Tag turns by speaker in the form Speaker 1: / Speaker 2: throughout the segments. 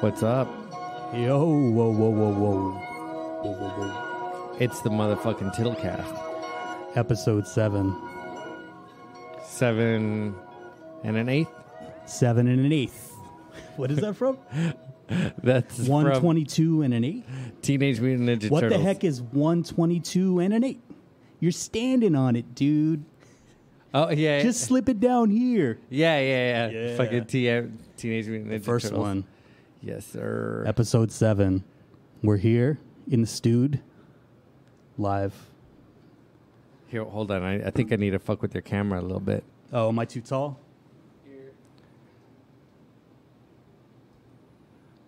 Speaker 1: What's up?
Speaker 2: Yo, whoa, whoa, whoa, whoa. Whoa, whoa, whoa.
Speaker 1: It's the motherfucking Tiddlecast.
Speaker 2: Episode seven.
Speaker 1: Seven and an eighth.
Speaker 2: Seven and an eighth. What is that from?
Speaker 1: That's from
Speaker 2: 122 and an eight?
Speaker 1: Teenage Mutant Ninja
Speaker 2: What
Speaker 1: Turtles.
Speaker 2: the heck is 122 and an eight? You're standing on it, dude.
Speaker 1: Oh yeah,
Speaker 2: Just slip it down here.
Speaker 1: yeah, yeah, yeah.
Speaker 2: Yeah.
Speaker 1: Fucking TM, Teenage Mutant Ninja
Speaker 2: First
Speaker 1: Turtles.
Speaker 2: one.
Speaker 1: Yes, sir.
Speaker 2: Episode seven. We're here in the stewed live.
Speaker 1: Here, hold on. I, I think I need to fuck with your camera a little bit.
Speaker 2: Oh, am I too tall?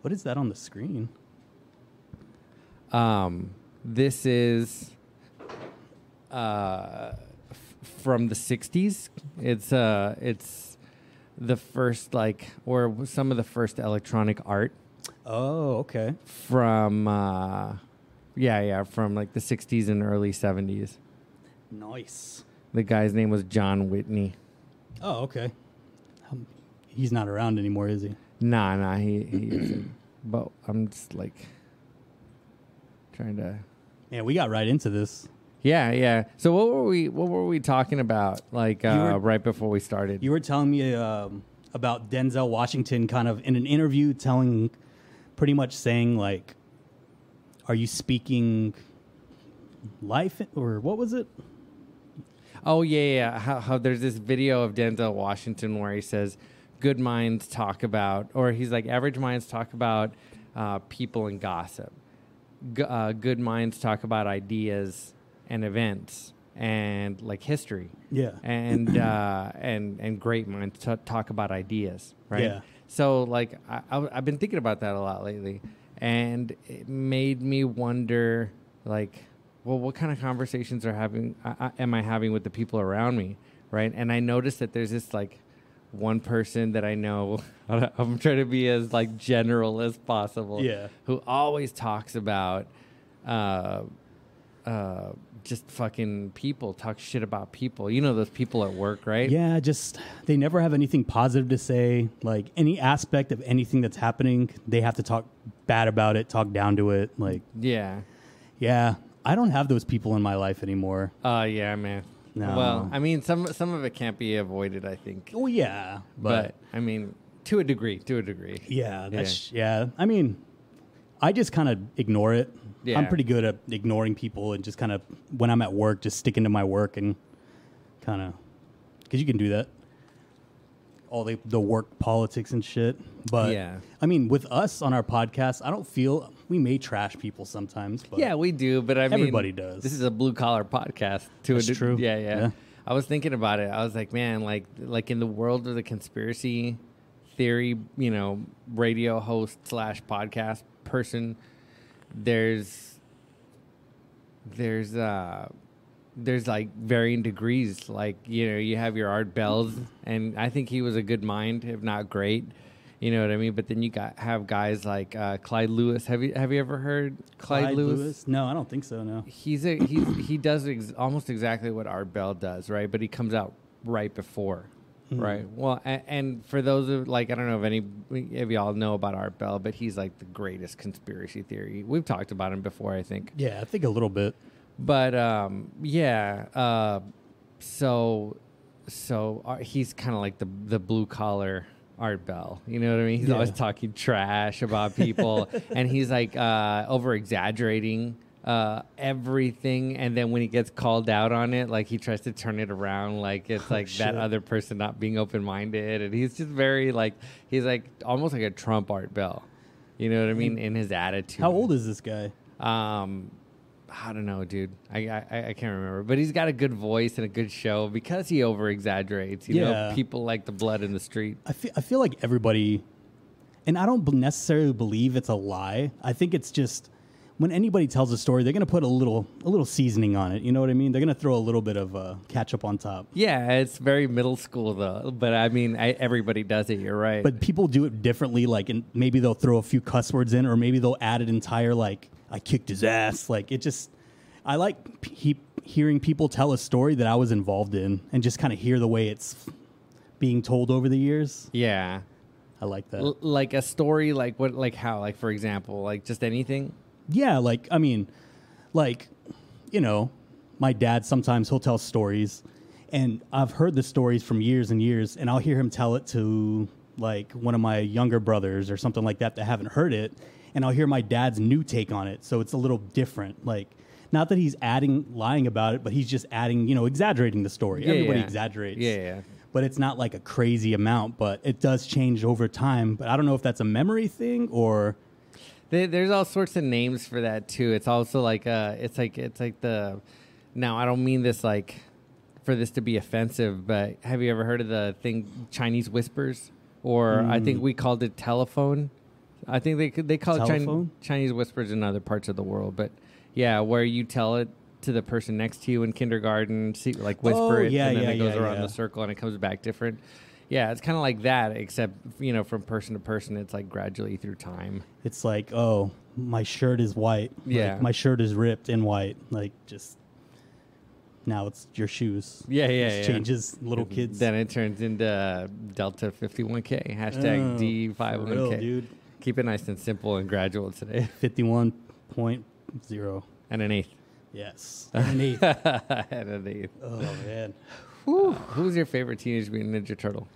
Speaker 2: What is that on the screen?
Speaker 1: Um, this is uh, f- from the '60s. It's uh, it's the first like, or some of the first electronic art
Speaker 2: Oh, okay.
Speaker 1: from, uh, yeah, yeah, from like the '60s and early '70s.
Speaker 2: Nice.
Speaker 1: The guy's name was John Whitney.
Speaker 2: Oh, okay. Um, he's not around anymore, is he?
Speaker 1: Nah, nah, he, he isn't. But I'm just like trying to.
Speaker 2: Yeah, we got right into this.
Speaker 1: Yeah, yeah. So what were we? What were we talking about? Like uh,
Speaker 2: were-
Speaker 1: right before we started.
Speaker 2: You were telling me um, about Denzel Washington, kind of in an interview, telling, pretty much saying like, "Are you speaking life or what was it?"
Speaker 1: Oh yeah, yeah, yeah. How, how there's this video of Denzel Washington where he says, "Good minds talk about," or he's like, "Average minds talk about uh, people and gossip. G- uh, good minds talk about ideas and events and like history."
Speaker 2: Yeah.
Speaker 1: and uh, and and great minds t- talk about ideas, right?
Speaker 2: Yeah.
Speaker 1: So like I, I, I've been thinking about that a lot lately, and it made me wonder, like, well, what kind of conversations are having? I, I, am I having with the people around me, right? And I noticed that there's this like one person that I know. I'm trying to be as like general as possible.
Speaker 2: Yeah.
Speaker 1: Who always talks about. Uh, uh, just fucking people talk shit about people. You know those people at work, right?
Speaker 2: Yeah, just they never have anything positive to say. Like any aspect of anything that's happening, they have to talk bad about it, talk down to it. Like,
Speaker 1: Yeah.
Speaker 2: yeah, I don't have those people in my life anymore.
Speaker 1: Uh, yeah, man.
Speaker 2: No.
Speaker 1: Well, I mean, some some of it can't be avoided, I think.
Speaker 2: Oh yeah,
Speaker 1: But,
Speaker 2: but
Speaker 1: I mean, to a degree, to a degree.
Speaker 2: Yeah, that's yeah. I mean, I just kind of ignore it.
Speaker 1: Yeah.
Speaker 2: I'm pretty good at ignoring people and just kind of when I'm at work, just sticking to my work and kind of because you can do that. All the the work politics and shit, but
Speaker 1: Yeah.
Speaker 2: I mean, with us on our podcast, I don't feel we may trash people sometimes. But
Speaker 1: Yeah, we do, but I mean,
Speaker 2: Everybody does.
Speaker 1: This is a blue collar podcast. To
Speaker 2: That's
Speaker 1: a de-
Speaker 2: true.
Speaker 1: Yeah, yeah,
Speaker 2: Yeah.
Speaker 1: I was thinking about it. I was like, man, like like in the world of the conspiracy theory, you know, radio host slash podcast person, there's there's uh there's like varying degrees. Like you know, you have your Art Bells, and I think he was a good mind, if not great. You know what I mean? But then you got have guys like uh, Clyde Lewis. Have you have you ever heard Clyde, Lewis?
Speaker 2: No, I don't think so. No.
Speaker 1: He's a he's he does ex- almost exactly what Art Bell does, right? But he comes out right before, right? Well, and, and for those of like I don't know if any if y'all know about Art Bell, but he's like the greatest conspiracy theory. We've talked about him before, I think.
Speaker 2: Yeah, I think a little bit.
Speaker 1: But um, yeah, uh, so so uh, he's kind of like the the blue collar Art Bell. You know what I mean? He's
Speaker 2: Yeah.
Speaker 1: always talking trash about people, and he's like uh, over exaggerating uh, everything. And then when he gets called out on it, like he tries to turn it around, like it's like that
Speaker 2: Oh, shit.
Speaker 1: other person not being open minded, and he's just very like he's like almost like a Trump Art Bell. You know what I mean? In his attitude.
Speaker 2: How old is this guy?
Speaker 1: Um, I don't know, dude. I, I I can't remember, but he's got a good voice and a good show because he over exaggerates. You know,
Speaker 2: Yeah.
Speaker 1: people like the blood in the street.
Speaker 2: I feel, I feel like everybody, and I don't b- necessarily believe it's a lie. I think it's just when anybody tells a story, they're going to put a little a little seasoning on it. You know what I mean? They're going to throw a little bit of uh, ketchup on top.
Speaker 1: Yeah, it's very middle school though. But I mean, I, everybody does it. You're right.
Speaker 2: But people do it differently. Like, and maybe they'll throw a few cuss words in, or maybe they'll add an entire like "I kicked his ass." Like it just, I like p- he, hearing people tell a story that I was involved in, and just kind of hear the way it's being told over the years.
Speaker 1: yeah,
Speaker 2: I like that.
Speaker 1: L- like a story, like what, like how, like for example, like just anything.
Speaker 2: Yeah, like I mean, like you know, my dad sometimes he'll tell stories, and I've heard the stories from years and years, and I'll hear him tell it to like one of my younger brothers or something like that that haven't heard it, and I'll hear my dad's new take on it, so it's a little different. Like, not that he's adding lying about it, but he's just adding, you know, exaggerating the story.
Speaker 1: Yeah,
Speaker 2: Everybody
Speaker 1: yeah.
Speaker 2: exaggerates
Speaker 1: Yeah, yeah.
Speaker 2: but it's not like a crazy amount, but it does change over time. But I don't know if that's a memory thing or
Speaker 1: There, there's all sorts of names for that too. It's also like uh, it's like it's like the. Now I don't mean this like, for this to be offensive, but have you ever heard of the thing Chinese whispers? Or I think
Speaker 2: Mm.
Speaker 1: we called it telephone. I think they could- they call it Chin-
Speaker 2: Telephone?
Speaker 1: Chinese whispers in other parts of the world, but yeah, where you tell it to the person next to you in kindergarten, see, like whisper
Speaker 2: Oh,
Speaker 1: it,
Speaker 2: yeah,
Speaker 1: and then
Speaker 2: yeah,
Speaker 1: it goes
Speaker 2: yeah,
Speaker 1: around
Speaker 2: yeah.
Speaker 1: the circle and it comes back different. Yeah, it's kind of like that, except you know, from person to person, it's like gradually through time.
Speaker 2: it's like, oh, my shirt is white. Like,
Speaker 1: Yeah.
Speaker 2: my shirt is ripped and white. Like just now it's your shoes.
Speaker 1: Yeah, yeah,
Speaker 2: It
Speaker 1: yeah.
Speaker 2: changes little kids.
Speaker 1: Then it turns into Delta 51K, hashtag
Speaker 2: Oh,
Speaker 1: D51K.
Speaker 2: for real, dude.
Speaker 1: Keep it nice and simple and gradual today.
Speaker 2: Fifty one point zero.
Speaker 1: And an eighth.
Speaker 2: Yes. Underneath.
Speaker 1: and an eighth.
Speaker 2: oh man.
Speaker 1: Who's your favorite Teenage Mutant Ninja Turtle?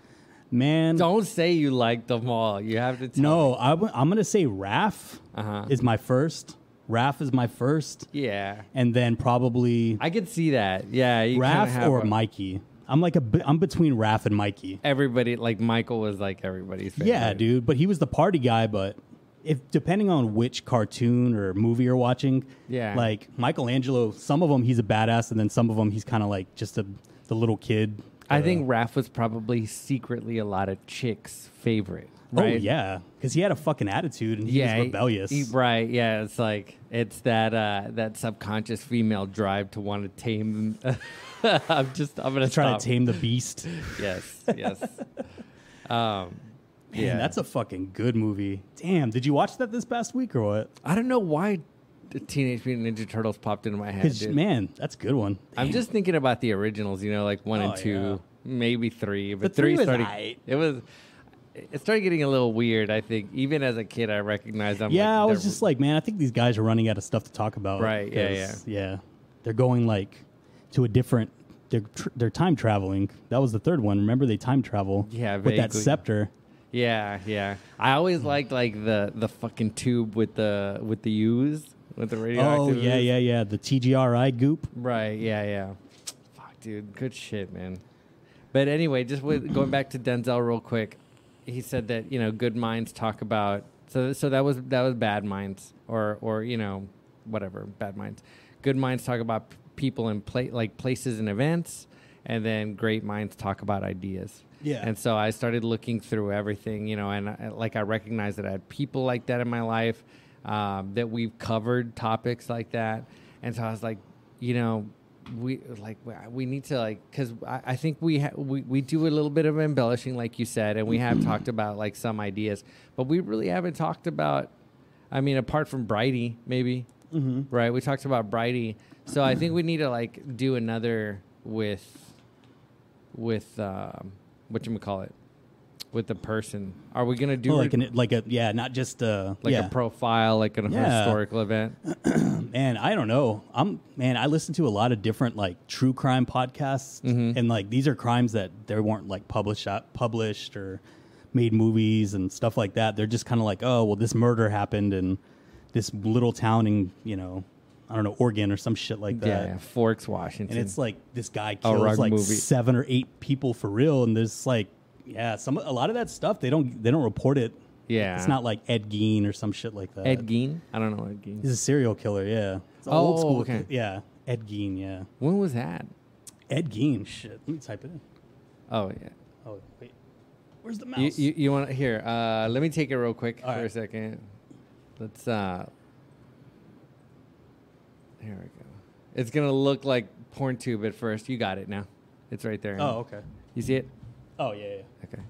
Speaker 2: Man.
Speaker 1: Don't say you like them all. You have to tell
Speaker 2: no, I w- I'm gonna say Raph
Speaker 1: Uh-huh.
Speaker 2: is my first. Raph is my first,
Speaker 1: me. Yeah.
Speaker 2: and then probably
Speaker 1: I could see that. Yeah. You kinda
Speaker 2: Raph
Speaker 1: have
Speaker 2: or
Speaker 1: a-
Speaker 2: Mikey? I'm like a bi- I'm between Raph and Mikey.
Speaker 1: Everybody, like Michael was like everybody's favorite.
Speaker 2: Yeah, dude, but he was the party guy, but if depending on which cartoon or movie you're watching,
Speaker 1: Yeah.
Speaker 2: like Michelangelo, some of them he's a badass and then some of them he's kind of like just a the little kid.
Speaker 1: I
Speaker 2: uh,
Speaker 1: think Raph was probably secretly a lot of chicks' favorite. Right?
Speaker 2: Oh yeah, cuz he had a fucking attitude and he was rebellious.
Speaker 1: he- right. Yeah, it's like it's that uh, that subconscious female drive to want to tame. I'm just I'm gonna
Speaker 2: Try
Speaker 1: stop.
Speaker 2: to tame the beast.
Speaker 1: Yes, yes. um,
Speaker 2: Man,
Speaker 1: yeah,
Speaker 2: that's a fucking good movie. Damn, did you watch that this past week or what?
Speaker 1: I don't know why the Teenage Mutant Ninja Turtles popped into my head.
Speaker 2: 'Cause,
Speaker 1: Dude.
Speaker 2: man, that's a good one.
Speaker 1: I'm just thinking about the originals. You know, like one
Speaker 2: Oh,
Speaker 1: and two,
Speaker 2: yeah.
Speaker 1: maybe three, but
Speaker 2: But three was
Speaker 1: started.
Speaker 2: aight.
Speaker 1: It was. It started getting a little weird. I think even as a kid, I recognized. I'm
Speaker 2: yeah, I
Speaker 1: like,
Speaker 2: was
Speaker 1: they're-
Speaker 2: just like, man, I think these guys are running out of stuff to talk about.
Speaker 1: Right, yeah,
Speaker 2: 'cause, yeah. They're going like to a different. They're tr- they're time traveling. That was the third one. Remember they time travel.
Speaker 1: Yeah,
Speaker 2: with that
Speaker 1: vaguely.
Speaker 2: scepter.
Speaker 1: Yeah, yeah. I always
Speaker 2: Hmm.
Speaker 1: liked like the the fucking tube with the with the U's with the
Speaker 2: Oh
Speaker 1: radioactive.
Speaker 2: yeah,
Speaker 1: ooze.
Speaker 2: yeah, yeah. The TGRI goop.
Speaker 1: Right, yeah, yeah. Fuck, dude, good shit, man. But anyway, just with, going back to Denzel real quick, he said that you know good minds talk about so so that was that was bad minds or or you know whatever bad minds. Good minds talk about p- people and pla- like places and events, and then great minds talk about ideas.
Speaker 2: Yeah.
Speaker 1: And so I started looking through everything, you know, and I, like I recognized that I had people like that in my life, um, that we've covered topics like that, and so I was like, you know, we like we- we need to like because I, I think we ha- we we do a little bit of embellishing, like you said, and we have talked about like some ideas, but we really haven't talked about. I mean, apart from Brighty, maybe right? We talked about Brighty, so I think we need to like do another with with um, what you call it with the person. Are we gonna do
Speaker 2: Oh, like an like a yeah, not just uh
Speaker 1: like
Speaker 2: yeah.
Speaker 1: a profile, like an
Speaker 2: Yeah. Uh,
Speaker 1: historical event?
Speaker 2: man, I don't know. I'm man, I listen to a lot of different like true crime podcasts,
Speaker 1: Mm-hmm.
Speaker 2: and like these are crimes that they weren't like published out, published or made movies and stuff like that. They're just kind of like, oh, well, this murder happened in this little town in you know, I don't know, Oregon or some shit like that.
Speaker 1: yeah, yeah, Forks, Washington.
Speaker 2: And it's like this guy
Speaker 1: rug
Speaker 2: kills like
Speaker 1: movie.
Speaker 2: seven or eight people for real, and there's like, yeah, some a lot of that stuff they don't they don't report it.
Speaker 1: yeah,
Speaker 2: It's not like Ed Gein or some shit like that.
Speaker 1: Ed Gein. I don't know Ed Gein.
Speaker 2: He's a serial killer, yeah. It's an
Speaker 1: Oh,
Speaker 2: old school.
Speaker 1: okay.
Speaker 2: ki- Yeah. Ed Gein, yeah.
Speaker 1: When was that?
Speaker 2: Ed Gein, shit. Let me type it in.
Speaker 1: Oh yeah.
Speaker 2: Oh, wait. Where's the mouse?
Speaker 1: You, you, you want to here? Uh, let me take it real quick
Speaker 2: All
Speaker 1: for a
Speaker 2: right.
Speaker 1: second. Let's. uh Here we go. It's gonna look like porn tube at first. You got it now. It's right there.
Speaker 2: oh, okay.
Speaker 1: You see it?
Speaker 2: Oh, yeah, yeah.
Speaker 1: Okay.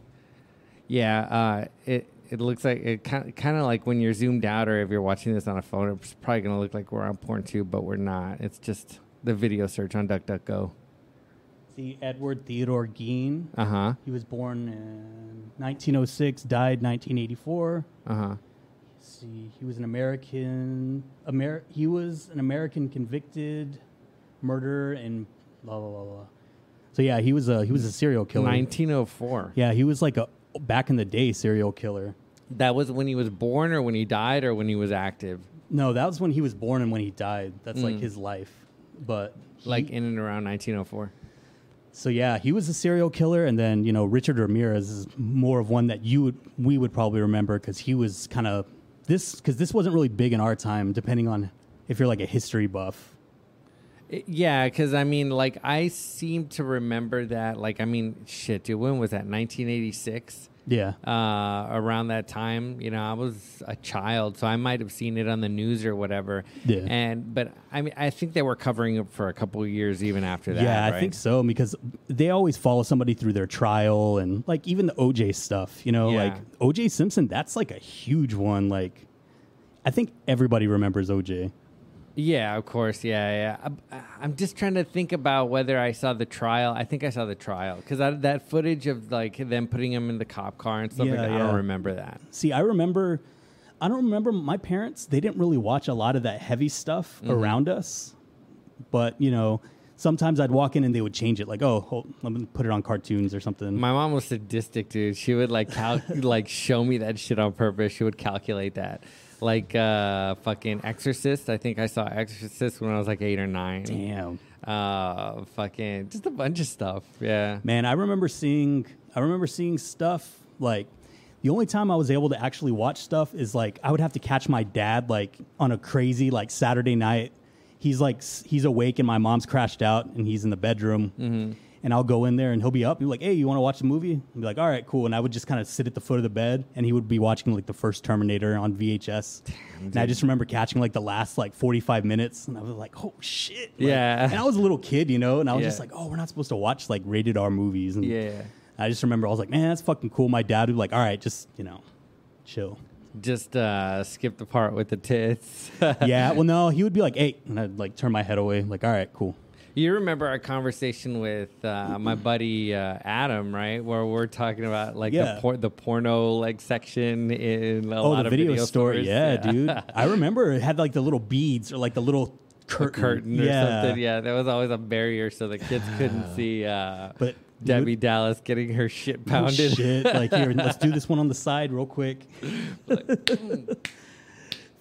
Speaker 1: Yeah. Uh, it it looks like it kind kind of like when you're zoomed out, or if you're watching this on a phone, it's probably gonna look like we're on porn tube, but we're not. It's just the video search on DuckDuckGo.
Speaker 2: The Edward Theodore Gein.
Speaker 1: Uh huh.
Speaker 2: He was born in 1906, died 1984.
Speaker 1: Uh huh.
Speaker 2: see, he was an American. Amer- he was an American convicted murderer and blah blah blah blah. So yeah, he was a he was a serial killer.
Speaker 1: 1904.
Speaker 2: Yeah, he was like a back in the day serial killer.
Speaker 1: That was when he was born, or when he died, or when he was active,
Speaker 2: No, that was when he was born and when he died. That's like his life. But he-
Speaker 1: Mm. like in and around 1904.
Speaker 2: so yeah, he was a serial killer, and then you know Richard Ramirez is more of one that you would we would probably remember because he was kind of this because this wasn't really big in our time. Depending on if you're like a history buff,
Speaker 1: I- Yeah, because I mean, like, I seem to remember that. Like, I mean, shit, dude, when was that? 1986.
Speaker 2: yeah.
Speaker 1: uh, around that time. You know, I was a child, so I might have seen it on the news or whatever.
Speaker 2: Yeah.
Speaker 1: And but I mean, I think they were covering it for a couple of years even after that.
Speaker 2: Yeah, I
Speaker 1: right?
Speaker 2: think so because they always follow somebody through their trial and like even the OJ stuff, you know,
Speaker 1: Yeah.
Speaker 2: like OJ Simpson, that's like a huge one. Like, I think everybody remembers OJ.
Speaker 1: Yeah, of course. Yeah, yeah. I, I'm just trying to think about whether I saw the trial. I think I saw the trial because that footage of like them putting him in the cop car and stuff.
Speaker 2: Yeah,
Speaker 1: like, that, I
Speaker 2: yeah.
Speaker 1: don't remember that.
Speaker 2: See, I remember, I don't remember my parents, they didn't really watch a lot of that heavy stuff around us, but you know, sometimes I'd walk in and they would change it, like, oh, hold, let me put it on cartoons or something.
Speaker 1: My mom was sadistic, dude. She would like cal- like show me that shit on purpose. She would calculate that. Like uh fucking Exorcist. I think I saw Exorcist when I was like eight or nine.
Speaker 2: Damn.
Speaker 1: Uh fucking just a bunch of stuff. Yeah.
Speaker 2: Man, I remember seeing I remember seeing stuff like the only time I was able to actually watch stuff is like I would have to catch my dad like on a crazy like Saturday night. He's like s- he's awake and my mom's crashed out and he's in the bedroom.
Speaker 1: Mm-hmm.
Speaker 2: And I'll go in there and he'll be up. He'll be like, "Hey, you want to watch the movie?" I'd be like, "All right, cool." And I would just kind of sit at the foot of the bed, and he would be watching like the first Terminator on VHS. and I just remember catching like the last like forty five minutes, and I was like, "Oh shit!" Like,
Speaker 1: Yeah.
Speaker 2: And I was a little kid, you know, and I was
Speaker 1: Yeah.
Speaker 2: just like, "Oh, we're not supposed to watch like rated R movies." And
Speaker 1: Yeah.
Speaker 2: I just remember I was like, man, that's fucking cool. My dad would be like, all right, just you know, chill.
Speaker 1: Just uh skip the part with the tits.
Speaker 2: yeah, well, no, he would be like, eight, and I'd like turn my head away, like, all right, cool.
Speaker 1: you remember our conversation with uh my buddy uh Adam, right? Where we're talking about like
Speaker 2: Yeah.
Speaker 1: the por- the porno like section in a
Speaker 2: Oh,
Speaker 1: lot
Speaker 2: the
Speaker 1: of
Speaker 2: video,
Speaker 1: video
Speaker 2: store,
Speaker 1: stores.
Speaker 2: yeah, dude. I remember it had like the little beads or like the little curtain,
Speaker 1: curtain or something. Yeah, there was always a barrier so the kids couldn't see uh,
Speaker 2: But
Speaker 1: Debbie Dallas getting her shit
Speaker 2: Oh,
Speaker 1: pounded.
Speaker 2: shit, like here, let's do this one on the side real quick.
Speaker 1: hmm.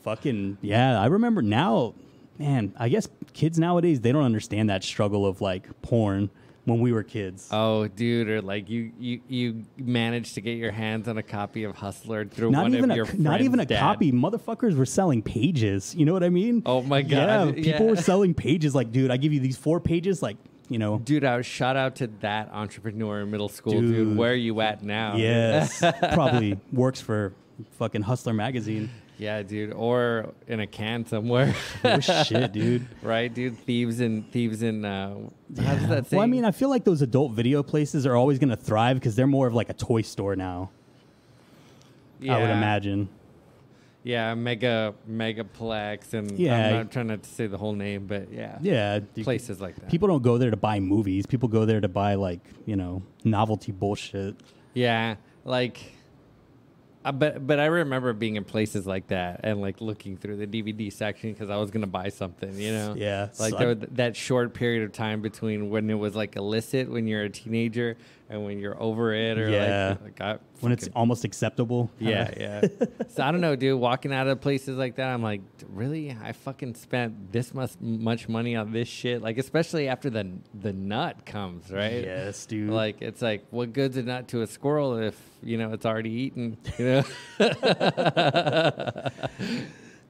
Speaker 2: fucking yeah, I remember now. Man, I guess kids nowadays they don't understand that struggle of like porn when we were kids.
Speaker 1: Oh, dude, or like you, you, you managed to get your hands on a copy of Hustler through
Speaker 2: not
Speaker 1: one
Speaker 2: even
Speaker 1: of
Speaker 2: a
Speaker 1: your
Speaker 2: not even a
Speaker 1: friend's dad.
Speaker 2: copy. Motherfuckers were selling pages. You know what I mean?
Speaker 1: Oh my God,
Speaker 2: Yeah, people
Speaker 1: yeah.
Speaker 2: were selling pages. Like, dude, I give you these four pages. Like, you know,
Speaker 1: Dude, out shout out to that entrepreneur in middle school, dude.
Speaker 2: Dude.
Speaker 1: Where are you at now?
Speaker 2: yes, probably works for fucking Hustler magazine.
Speaker 1: yeah, dude, or in a can somewhere,
Speaker 2: Oh shit, dude.
Speaker 1: right, dude? Thieves and thieves and uh, how's that saying?
Speaker 2: Well, I mean, I feel like those adult video places are always going to thrive because they're more of like a toy store now. I would
Speaker 1: Yeah.
Speaker 2: imagine.
Speaker 1: Yeah, mega megaplex, and
Speaker 2: Yeah.
Speaker 1: I'm not trying not to say the whole name, but yeah,
Speaker 2: Yeah,
Speaker 1: places like that.
Speaker 2: People don't go there to buy movies. People go there to buy like you know novelty bullshit.
Speaker 1: yeah, like, I, but but I remember being in places like that and like looking through the DVD section because I was gonna buy something, you know.
Speaker 2: Yeah,
Speaker 1: like
Speaker 2: so
Speaker 1: there
Speaker 2: I-
Speaker 1: was that short period of time between when it was like illicit when you're a teenager and when you're over it, or
Speaker 2: Yeah.
Speaker 1: like, like I
Speaker 2: When it's
Speaker 1: fucking-
Speaker 2: almost acceptable.
Speaker 1: Yeah, yeah. so I don't know, dude. Walking out of places like that, I'm like, really? I fucking spent this much much money on this shit. Like, especially after the the nut comes, right?
Speaker 2: Yes, dude.
Speaker 1: Like, it's like, what good's a nut to a squirrel if you know it's already eaten? You know?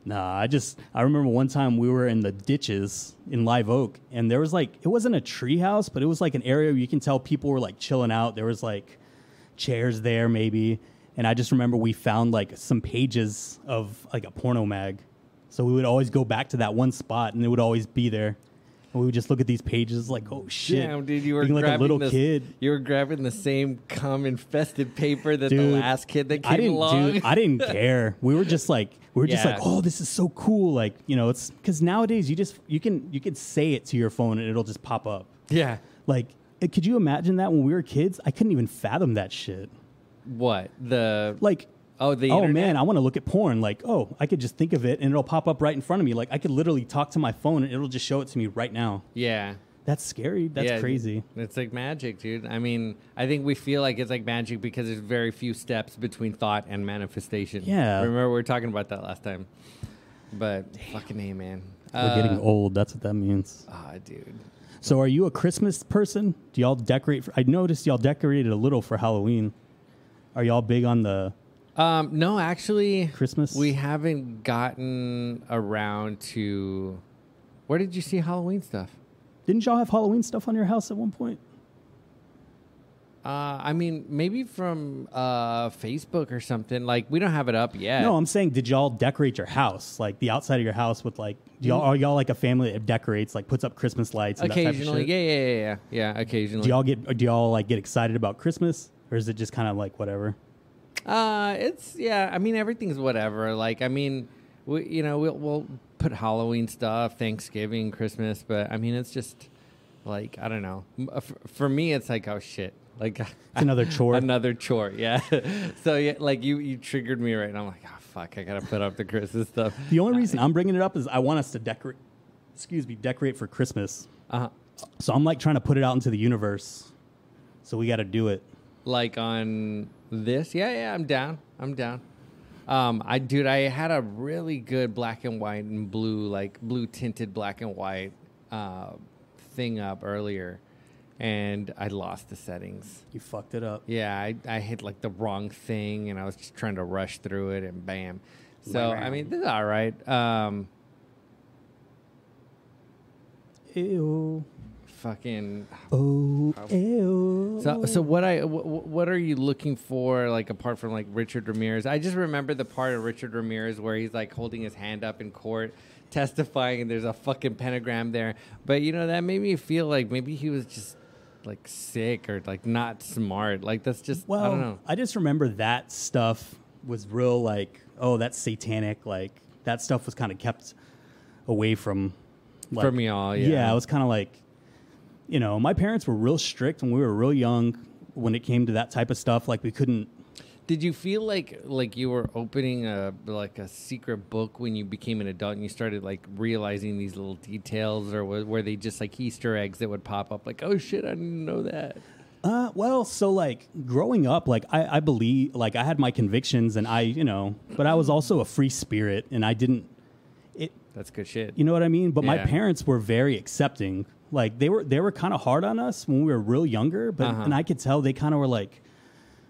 Speaker 2: Nah, I just I remember one time we were in the ditches in Live Oak, and there was like it wasn't a tree house, but it was like an area where you can tell people were like chilling out. There was like chairs there maybe, and I just remember we found like some pages of like a porno mag, so we would always go back to that one spot, and it would always be there, and we would just look at these pages like oh shit,
Speaker 1: Damn, dude, you were
Speaker 2: being like a
Speaker 1: grabbing
Speaker 2: little
Speaker 1: this-
Speaker 2: kid.
Speaker 1: You were grabbing the same cum infested paper that
Speaker 2: Dude,
Speaker 1: the last kid that came
Speaker 2: I didn't
Speaker 1: along.
Speaker 2: do. I didn't care. We were just like we were just
Speaker 1: Yeah.
Speaker 2: like, oh, this is so cool. Like you know, it's because nowadays you just you can you can say it to your phone and it'll just pop up.
Speaker 1: yeah.
Speaker 2: Like Uh, Could you imagine that when we were kids? I couldn't even fathom that shit.
Speaker 1: What the?
Speaker 2: Like,
Speaker 1: oh, the.
Speaker 2: oh
Speaker 1: internet?
Speaker 2: man, I want to look at porn. Like, oh, I could just think of it and it'll pop up right in front of me. Like, I could literally talk to my phone and it'll just show it to me right now.
Speaker 1: Yeah.
Speaker 2: That's scary. That's
Speaker 1: Yeah,
Speaker 2: crazy.
Speaker 1: It's like magic, dude. I mean, I think we feel like it's like magic because there's very few steps between thought and manifestation.
Speaker 2: Yeah.
Speaker 1: Remember we were talking about that last time. But fucking A man. Uh,
Speaker 2: We're getting old. That's what that means.
Speaker 1: Ah, dude.
Speaker 2: So, are you a Christmas person? Do y'all decorate? For, I noticed y'all decorated a little for Halloween. Are y'all big on the?
Speaker 1: Um, no, actually
Speaker 2: Christmas?
Speaker 1: We haven't gotten around to where did you see Halloween stuff?
Speaker 2: Didn't y'all have Halloween stuff on your house at one point?
Speaker 1: Uh, I mean, maybe from uh, Facebook or something. Like, we don't have it up yet.
Speaker 2: No, I'm saying, did y'all decorate your house, like the outside of your house, with like, do y'all are y'all like a family that decorates, like puts up Christmas lights? And that type of
Speaker 1: occasionally.
Speaker 2: shit?
Speaker 1: Yeah, yeah, yeah, yeah. Yeah, occasionally.
Speaker 2: Do y'all get? Do y'all like get excited about Christmas, or is it just kind of like whatever?
Speaker 1: Uh, it's yeah. I mean, everything's whatever. Like, I mean, we you know we'll we'll put Halloween stuff, Thanksgiving, Christmas, but I mean, it's just like I don't know. M- uh, f- For me, it's like oh shit, like it's
Speaker 2: another chore.
Speaker 1: another chore. Yeah. so yeah, like you you triggered me right, and I'm like oh fuck, I gotta put up the Christmas stuff.
Speaker 2: The only reason I'm bringing it up is I want us to decorate. Excuse me, decorate for Christmas.
Speaker 1: Uh,
Speaker 2: So I'm like trying to put it out into the universe. So we got to do it.
Speaker 1: like on this, yeah, yeah, I'm down. I'm down. Um, I dude, I had a really good black and white and blue, like blue tinted black and white uh, thing up earlier, and I lost the settings.
Speaker 2: You fucked it up.
Speaker 1: Yeah, I, I hit like the wrong thing, and I was just trying to rush through it, and bam. So I mean, this is all right. Um,
Speaker 2: Ew.
Speaker 1: fucking.
Speaker 2: Oh, ew.
Speaker 1: So, so what I wh- wh- what are you looking for? Like apart from like Richard Ramirez, I just remember the part of Richard Ramirez where he's like holding his hand up in court, testifying, and there's a fucking pentagram there. But you know that made me feel like maybe he was just like sick or like not smart. Like that's just
Speaker 2: well,
Speaker 1: I don't know.
Speaker 2: just remember that stuff was real, like, oh, that's satanic. Like, that stuff was kind of kept away from. Like,
Speaker 1: From y'all, yeah.
Speaker 2: Yeah, it was kind of like, you know, my parents were real strict when we were real young when it came to that type of stuff. Like, we couldn't.
Speaker 1: Did you feel like like you were opening a like a secret book when you became an adult and you started like realizing these little details, or were, were they just like Easter eggs that would pop up? Like oh shit, I didn't know that.
Speaker 2: Uh, well, so like growing up, like I, I believe, like I had my convictions and I, you know, but I was also a free spirit and I didn't, it,
Speaker 1: That's good shit.
Speaker 2: you know what I mean? But my
Speaker 1: Yeah.
Speaker 2: parents were very accepting. Like they were, they were kind of hard on us when we were real younger, but,
Speaker 1: Uh-huh.
Speaker 2: and I could tell they kind of were like,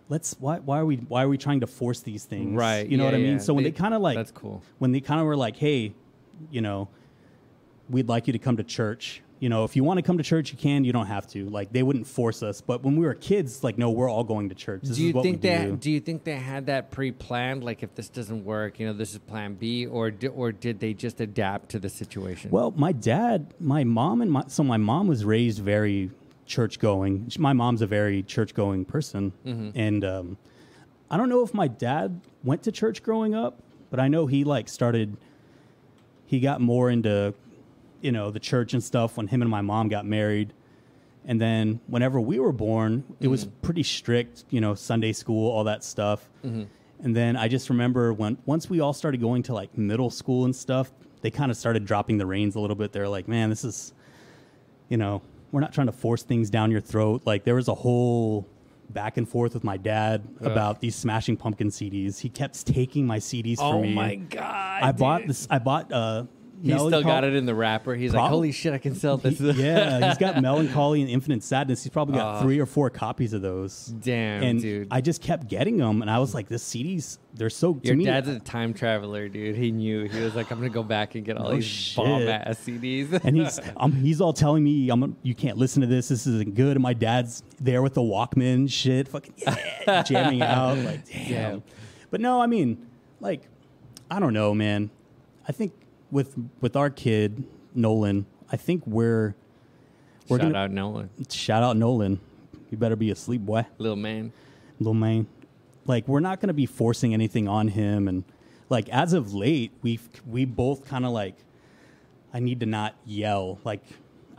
Speaker 2: let's, why, why are we, why are we trying to force these things?
Speaker 1: Right.
Speaker 2: You know
Speaker 1: yeah,
Speaker 2: what I mean?
Speaker 1: yeah.
Speaker 2: So when they, kind of like,
Speaker 1: that's cool.
Speaker 2: when they kind of were like, hey, you know, we'd like you to come to church. You know, if you want to come to church, you can. You don't have to. Like, they wouldn't force us. But when we were kids, like, no, we're all going to church. This
Speaker 1: Do you
Speaker 2: is what
Speaker 1: think
Speaker 2: we
Speaker 1: that?
Speaker 2: do.
Speaker 1: Do. you think they had that pre-planned? Like, if this doesn't work, you know, this is Plan B, or di- or did they just adapt to the situation?
Speaker 2: Well, my dad, my mom, and my so my mom was raised very church going. My mom's a very church going person, and um, I don't know if my dad went to church growing up, but I know he like started. He got more into, you know, the church and stuff when him and my mom got married, and then whenever we were born, it was
Speaker 1: Mm-hmm.
Speaker 2: pretty strict. You know, Sunday school, all that stuff.
Speaker 1: Mm-hmm.
Speaker 2: And then I just remember when once we all started going to like middle school and stuff, they kind of started dropping the reins a little bit. They're like, "Man, this is, you know, we're not trying to force things down your throat." Like there was a whole back and forth with my dad about these Smashing Pumpkin CDs. He kept taking my CDs
Speaker 1: oh
Speaker 2: from me.
Speaker 1: my god!
Speaker 2: I bought
Speaker 1: dude.
Speaker 2: this. I bought. uh
Speaker 1: He still got it in the wrapper. He's like,
Speaker 2: Prob-
Speaker 1: holy shit, I can sell this.
Speaker 2: yeah, he's got melancholy and infinite sadness. He's probably got
Speaker 1: Ah.
Speaker 2: three or four copies of those.
Speaker 1: Damn,
Speaker 2: and
Speaker 1: dude.
Speaker 2: I just kept getting them, and I was like, "This CDs, they're so." to
Speaker 1: Your
Speaker 2: me,
Speaker 1: dad's a time traveler, dude. He knew. He was like, I'm gonna go back and get all
Speaker 2: No
Speaker 1: these
Speaker 2: shit.
Speaker 1: bomb ass CDs.
Speaker 2: and he's um, he's all telling me I'm you can't listen to this. This isn't good. And my dad's there with the Walkman shit, fucking yeah, jamming out like damn.
Speaker 1: Yeah.
Speaker 2: But no, I mean, like, I don't know, man. I think with with our kid Nolan, I think we're we're
Speaker 1: Shout
Speaker 2: gonna
Speaker 1: out Nolan,
Speaker 2: shout out Nolan. You better be asleep, boy,
Speaker 1: little man.
Speaker 2: little man. Like, we're not gonna be forcing anything on him. And like as of late, we have we both kind of like I need to not yell. Like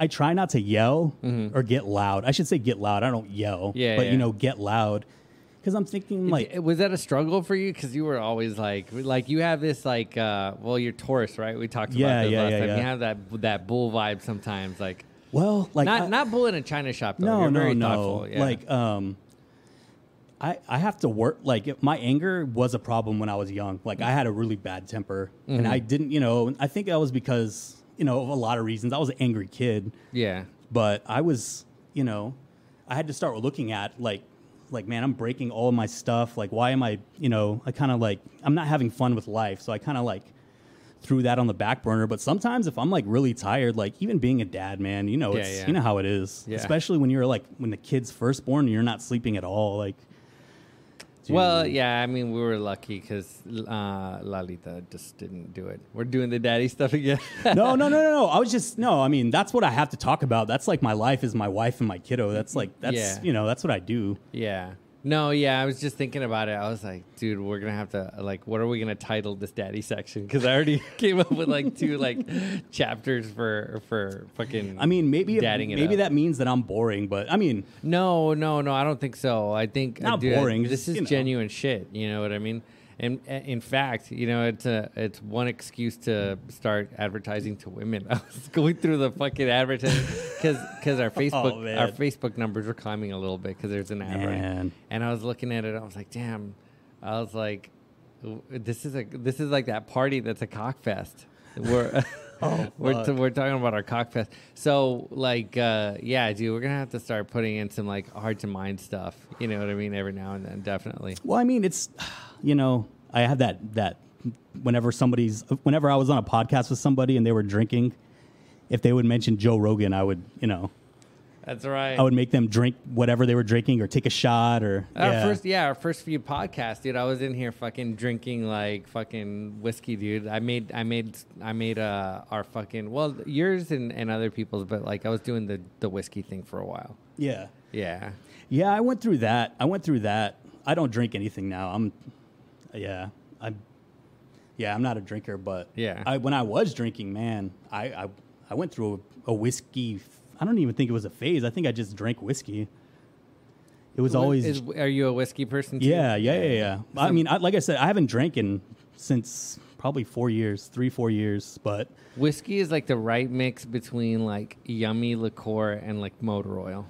Speaker 2: I try not to yell or get loud. I should say get loud. I don't yell.
Speaker 1: Mm-hmm. Yeah,
Speaker 2: But
Speaker 1: yeah.
Speaker 2: you know, get loud. Because I'm thinking like
Speaker 1: D- was that a struggle for you? Because you were always like, like you have this like, uh, well, you're Taurus, right? We talked
Speaker 2: Yeah,
Speaker 1: about this
Speaker 2: yeah,
Speaker 1: last
Speaker 2: yeah,
Speaker 1: time.
Speaker 2: yeah.
Speaker 1: You have that that bull vibe sometimes, like
Speaker 2: well, like
Speaker 1: not
Speaker 2: I-
Speaker 1: not bull in a china shop. Though.
Speaker 2: no,
Speaker 1: You're
Speaker 2: no,
Speaker 1: very
Speaker 2: no.
Speaker 1: thoughtful, yeah.
Speaker 2: Like um, I I have to work. Like if my anger was a problem when I was young. Like I had a really bad temper,
Speaker 1: Mm-hmm.
Speaker 2: and I didn't. You know, I think that was because you know of a lot of reasons. I was an angry kid.
Speaker 1: yeah,
Speaker 2: but I was, you know, I had to start looking at like, like man, I'm breaking all of my stuff. Like, why am I, you know, I kind of like I'm not having fun with life. So I kind of like threw that on the back burner. But sometimes if I'm like really tired, like even being a dad, man, you know,
Speaker 1: Yeah,
Speaker 2: it's
Speaker 1: yeah.
Speaker 2: you know how it is.
Speaker 1: Yeah.
Speaker 2: Especially when you're like when the kid's first born, and you're not sleeping at all. Like, dude.
Speaker 1: Well, yeah, I mean, we were lucky because uh, Lalita just didn't do it. We're doing the daddy stuff again.
Speaker 2: no, no, no, no, no. I was just no. I mean, that's what I have to talk about. That's like my life is my wife and my kiddo. That's like that's
Speaker 1: Yeah.
Speaker 2: you know that's what I do.
Speaker 1: yeah. No, yeah, I was just thinking about it. I was like, dude, we're gonna have to like, what are we gonna title this daddy section? Because I already came up with like two like chapters for for fucking.
Speaker 2: I mean, maybe it-
Speaker 1: dadding it
Speaker 2: maybe
Speaker 1: up.
Speaker 2: that means that I'm boring, but I mean,
Speaker 1: No, no, no. I don't think so. I think
Speaker 2: Not
Speaker 1: dude,
Speaker 2: boring,
Speaker 1: this
Speaker 2: just,
Speaker 1: is
Speaker 2: you know.
Speaker 1: genuine shit. You know what I mean? And uh, in fact, you know, it's a, it's one excuse to start advertising to women. I was going through the fucking advertising because our Facebook
Speaker 2: Oh, man.
Speaker 1: our Facebook numbers are climbing a little bit because there's an ad right.
Speaker 2: Man.
Speaker 1: And I was looking at it. I was like, damn. I was like, w- this is a this is like that party that's a cock fest. We're we're, t- we're talking about our cockfest. So like, uh, yeah, dude, we're gonna have to start putting in some like hard to mind stuff. You know what I mean? Every now and then, definitely.
Speaker 2: well, I mean, it's you know, I had that that whenever somebody's whenever I was on a podcast with somebody and they were drinking, if they would mention Joe Rogan, I would you know
Speaker 1: That's right.
Speaker 2: I would make them drink whatever they were drinking or take a shot or
Speaker 1: Our
Speaker 2: yeah.
Speaker 1: first, yeah, our first few podcasts, dude. I was in here fucking drinking like fucking whiskey, dude. I made, I made, I made uh, our fucking well, yours and, and other people's, but like I was doing the the whiskey thing for a while.
Speaker 2: yeah
Speaker 1: Yeah,
Speaker 2: yeah I went through that I went through that I don't drink anything now I'm yeah I'm yeah I'm not a drinker but
Speaker 1: Yeah.
Speaker 2: I, when I was drinking man I I, I went through a, a whiskey f- I don't even think it was a phase I think I just drank whiskey it was always
Speaker 1: Is, are you a whiskey person? Too?
Speaker 2: yeah yeah yeah yeah I mean I, like I said I haven't drank in since probably four years three four years but
Speaker 1: Whiskey is like the right mix between like yummy liqueur and like motor oil.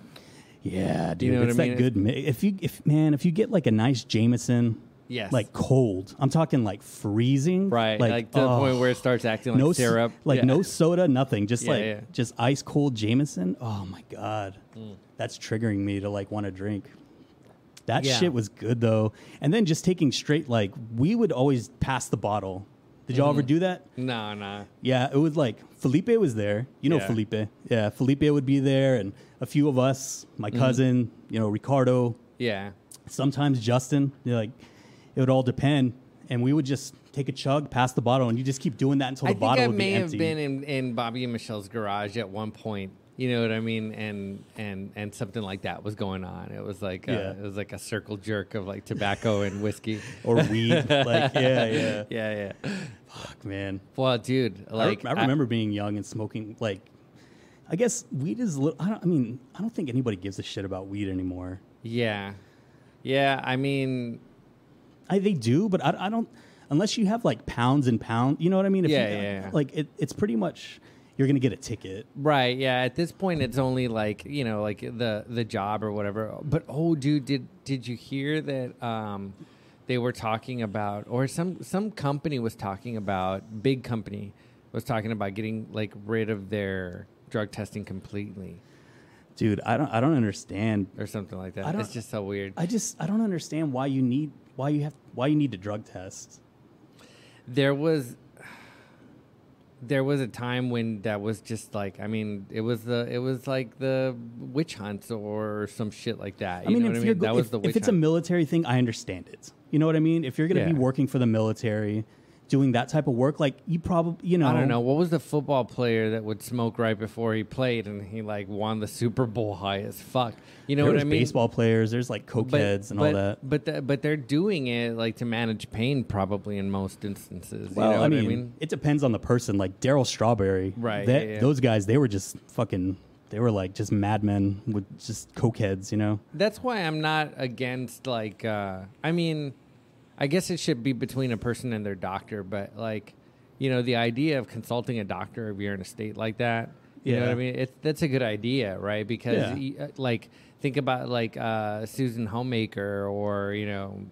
Speaker 2: Yeah, dude,
Speaker 1: know what
Speaker 2: it's
Speaker 1: I mean?
Speaker 2: that good. mi- If you, if man, if you get like a nice Jameson,
Speaker 1: Yes.
Speaker 2: like cold. I'm talking like freezing,
Speaker 1: Right. Like, to the
Speaker 2: oh,
Speaker 1: point where it starts acting like
Speaker 2: no s-
Speaker 1: syrup.
Speaker 2: like
Speaker 1: Yeah.
Speaker 2: no soda, nothing. Just
Speaker 1: Yeah,
Speaker 2: like
Speaker 1: yeah. Mm.
Speaker 2: just ice cold Jameson. Oh my god, that's triggering me to like want to drink. That
Speaker 1: Yeah.
Speaker 2: shit was good though. And then just taking straight, like we would always pass the bottle. Did y'all
Speaker 1: Mm-hmm.
Speaker 2: ever do that?
Speaker 1: No, no.
Speaker 2: Yeah, it was like Felipe was there. You know
Speaker 1: Yeah.
Speaker 2: Felipe. Yeah, Felipe would be there, and a few of us, my cousin, you know Ricardo,
Speaker 1: Yeah.
Speaker 2: sometimes Justin. you know, like it would all depend, and we would just take a chug, pass the bottle, and you just keep doing that until
Speaker 1: I
Speaker 2: the
Speaker 1: think
Speaker 2: bottle
Speaker 1: I
Speaker 2: would
Speaker 1: may
Speaker 2: be
Speaker 1: have
Speaker 2: empty.
Speaker 1: been in, in Bobby and Michelle's garage at one point. You know what I mean? And and and something like that was going on. It was like
Speaker 2: Yeah.
Speaker 1: a, it was like a circle jerk of like tobacco and whiskey.
Speaker 2: or weed, like yeah, yeah.
Speaker 1: Yeah, yeah.
Speaker 2: Fuck, man.
Speaker 1: Well, dude,
Speaker 2: I re-
Speaker 1: like
Speaker 2: I, remember being young and smoking. Like, I guess weed is. a little I don't. I mean, I don't think anybody gives a shit about weed anymore.
Speaker 1: yeah. Yeah, I mean,
Speaker 2: I, they do, but I, I don't. Unless you have like pounds and pounds, you know what I mean. If
Speaker 1: Yeah,
Speaker 2: you,
Speaker 1: yeah, yeah.
Speaker 2: Like it, it's pretty much you're gonna get a ticket.
Speaker 1: Right. Yeah. At this point, it's only like you know, like the the job or whatever. But oh, dude, did did you hear that? Um, they were talking about, or some some company was talking about, big company was talking about getting like rid of their drug testing completely
Speaker 2: Dude, I don't. I don't understand.
Speaker 1: or something like that.
Speaker 2: I don't-
Speaker 1: It's just so weird.
Speaker 2: I just I don't understand why you need why you have why you need to drug test.
Speaker 1: there was there was a time when that was just like I mean it was the it was like the witch hunts or some shit like that. You
Speaker 2: I mean,
Speaker 1: know
Speaker 2: if
Speaker 1: what I
Speaker 2: you're
Speaker 1: mean?
Speaker 2: go-
Speaker 1: That was
Speaker 2: if,
Speaker 1: the
Speaker 2: if
Speaker 1: witch
Speaker 2: it's a
Speaker 1: hunt.
Speaker 2: military thing, I understand it. You know what I mean? If you're gonna
Speaker 1: Yeah.
Speaker 2: be working for the military, doing that type of work, like you probably, you know,
Speaker 1: I don't know. What was the football player that would smoke right before he played and he like won the Super Bowl high as fuck? You know
Speaker 2: There's
Speaker 1: what I mean?
Speaker 2: baseball players, there's like cokeheads and
Speaker 1: but,
Speaker 2: all that.
Speaker 1: But th- but they're doing it like to manage pain probably in most instances.
Speaker 2: Well,
Speaker 1: you know
Speaker 2: I,
Speaker 1: what
Speaker 2: mean,
Speaker 1: I mean?
Speaker 2: it depends on the person. Like Daryl Strawberry,
Speaker 1: Right,
Speaker 2: that-
Speaker 1: yeah, yeah.
Speaker 2: Those guys, they were just fucking. They were like just madmen with just cokeheads, you know.
Speaker 1: That's why I'm not against like uh I mean I guess it should be between a person and their doctor, but like you know, the idea of consulting a doctor if you're in a state like that. You know
Speaker 2: Yeah.
Speaker 1: what I mean? It's that's a good idea, right? Because
Speaker 2: Yeah.
Speaker 1: y- uh, like think about like uh Susan Homemaker or, you know,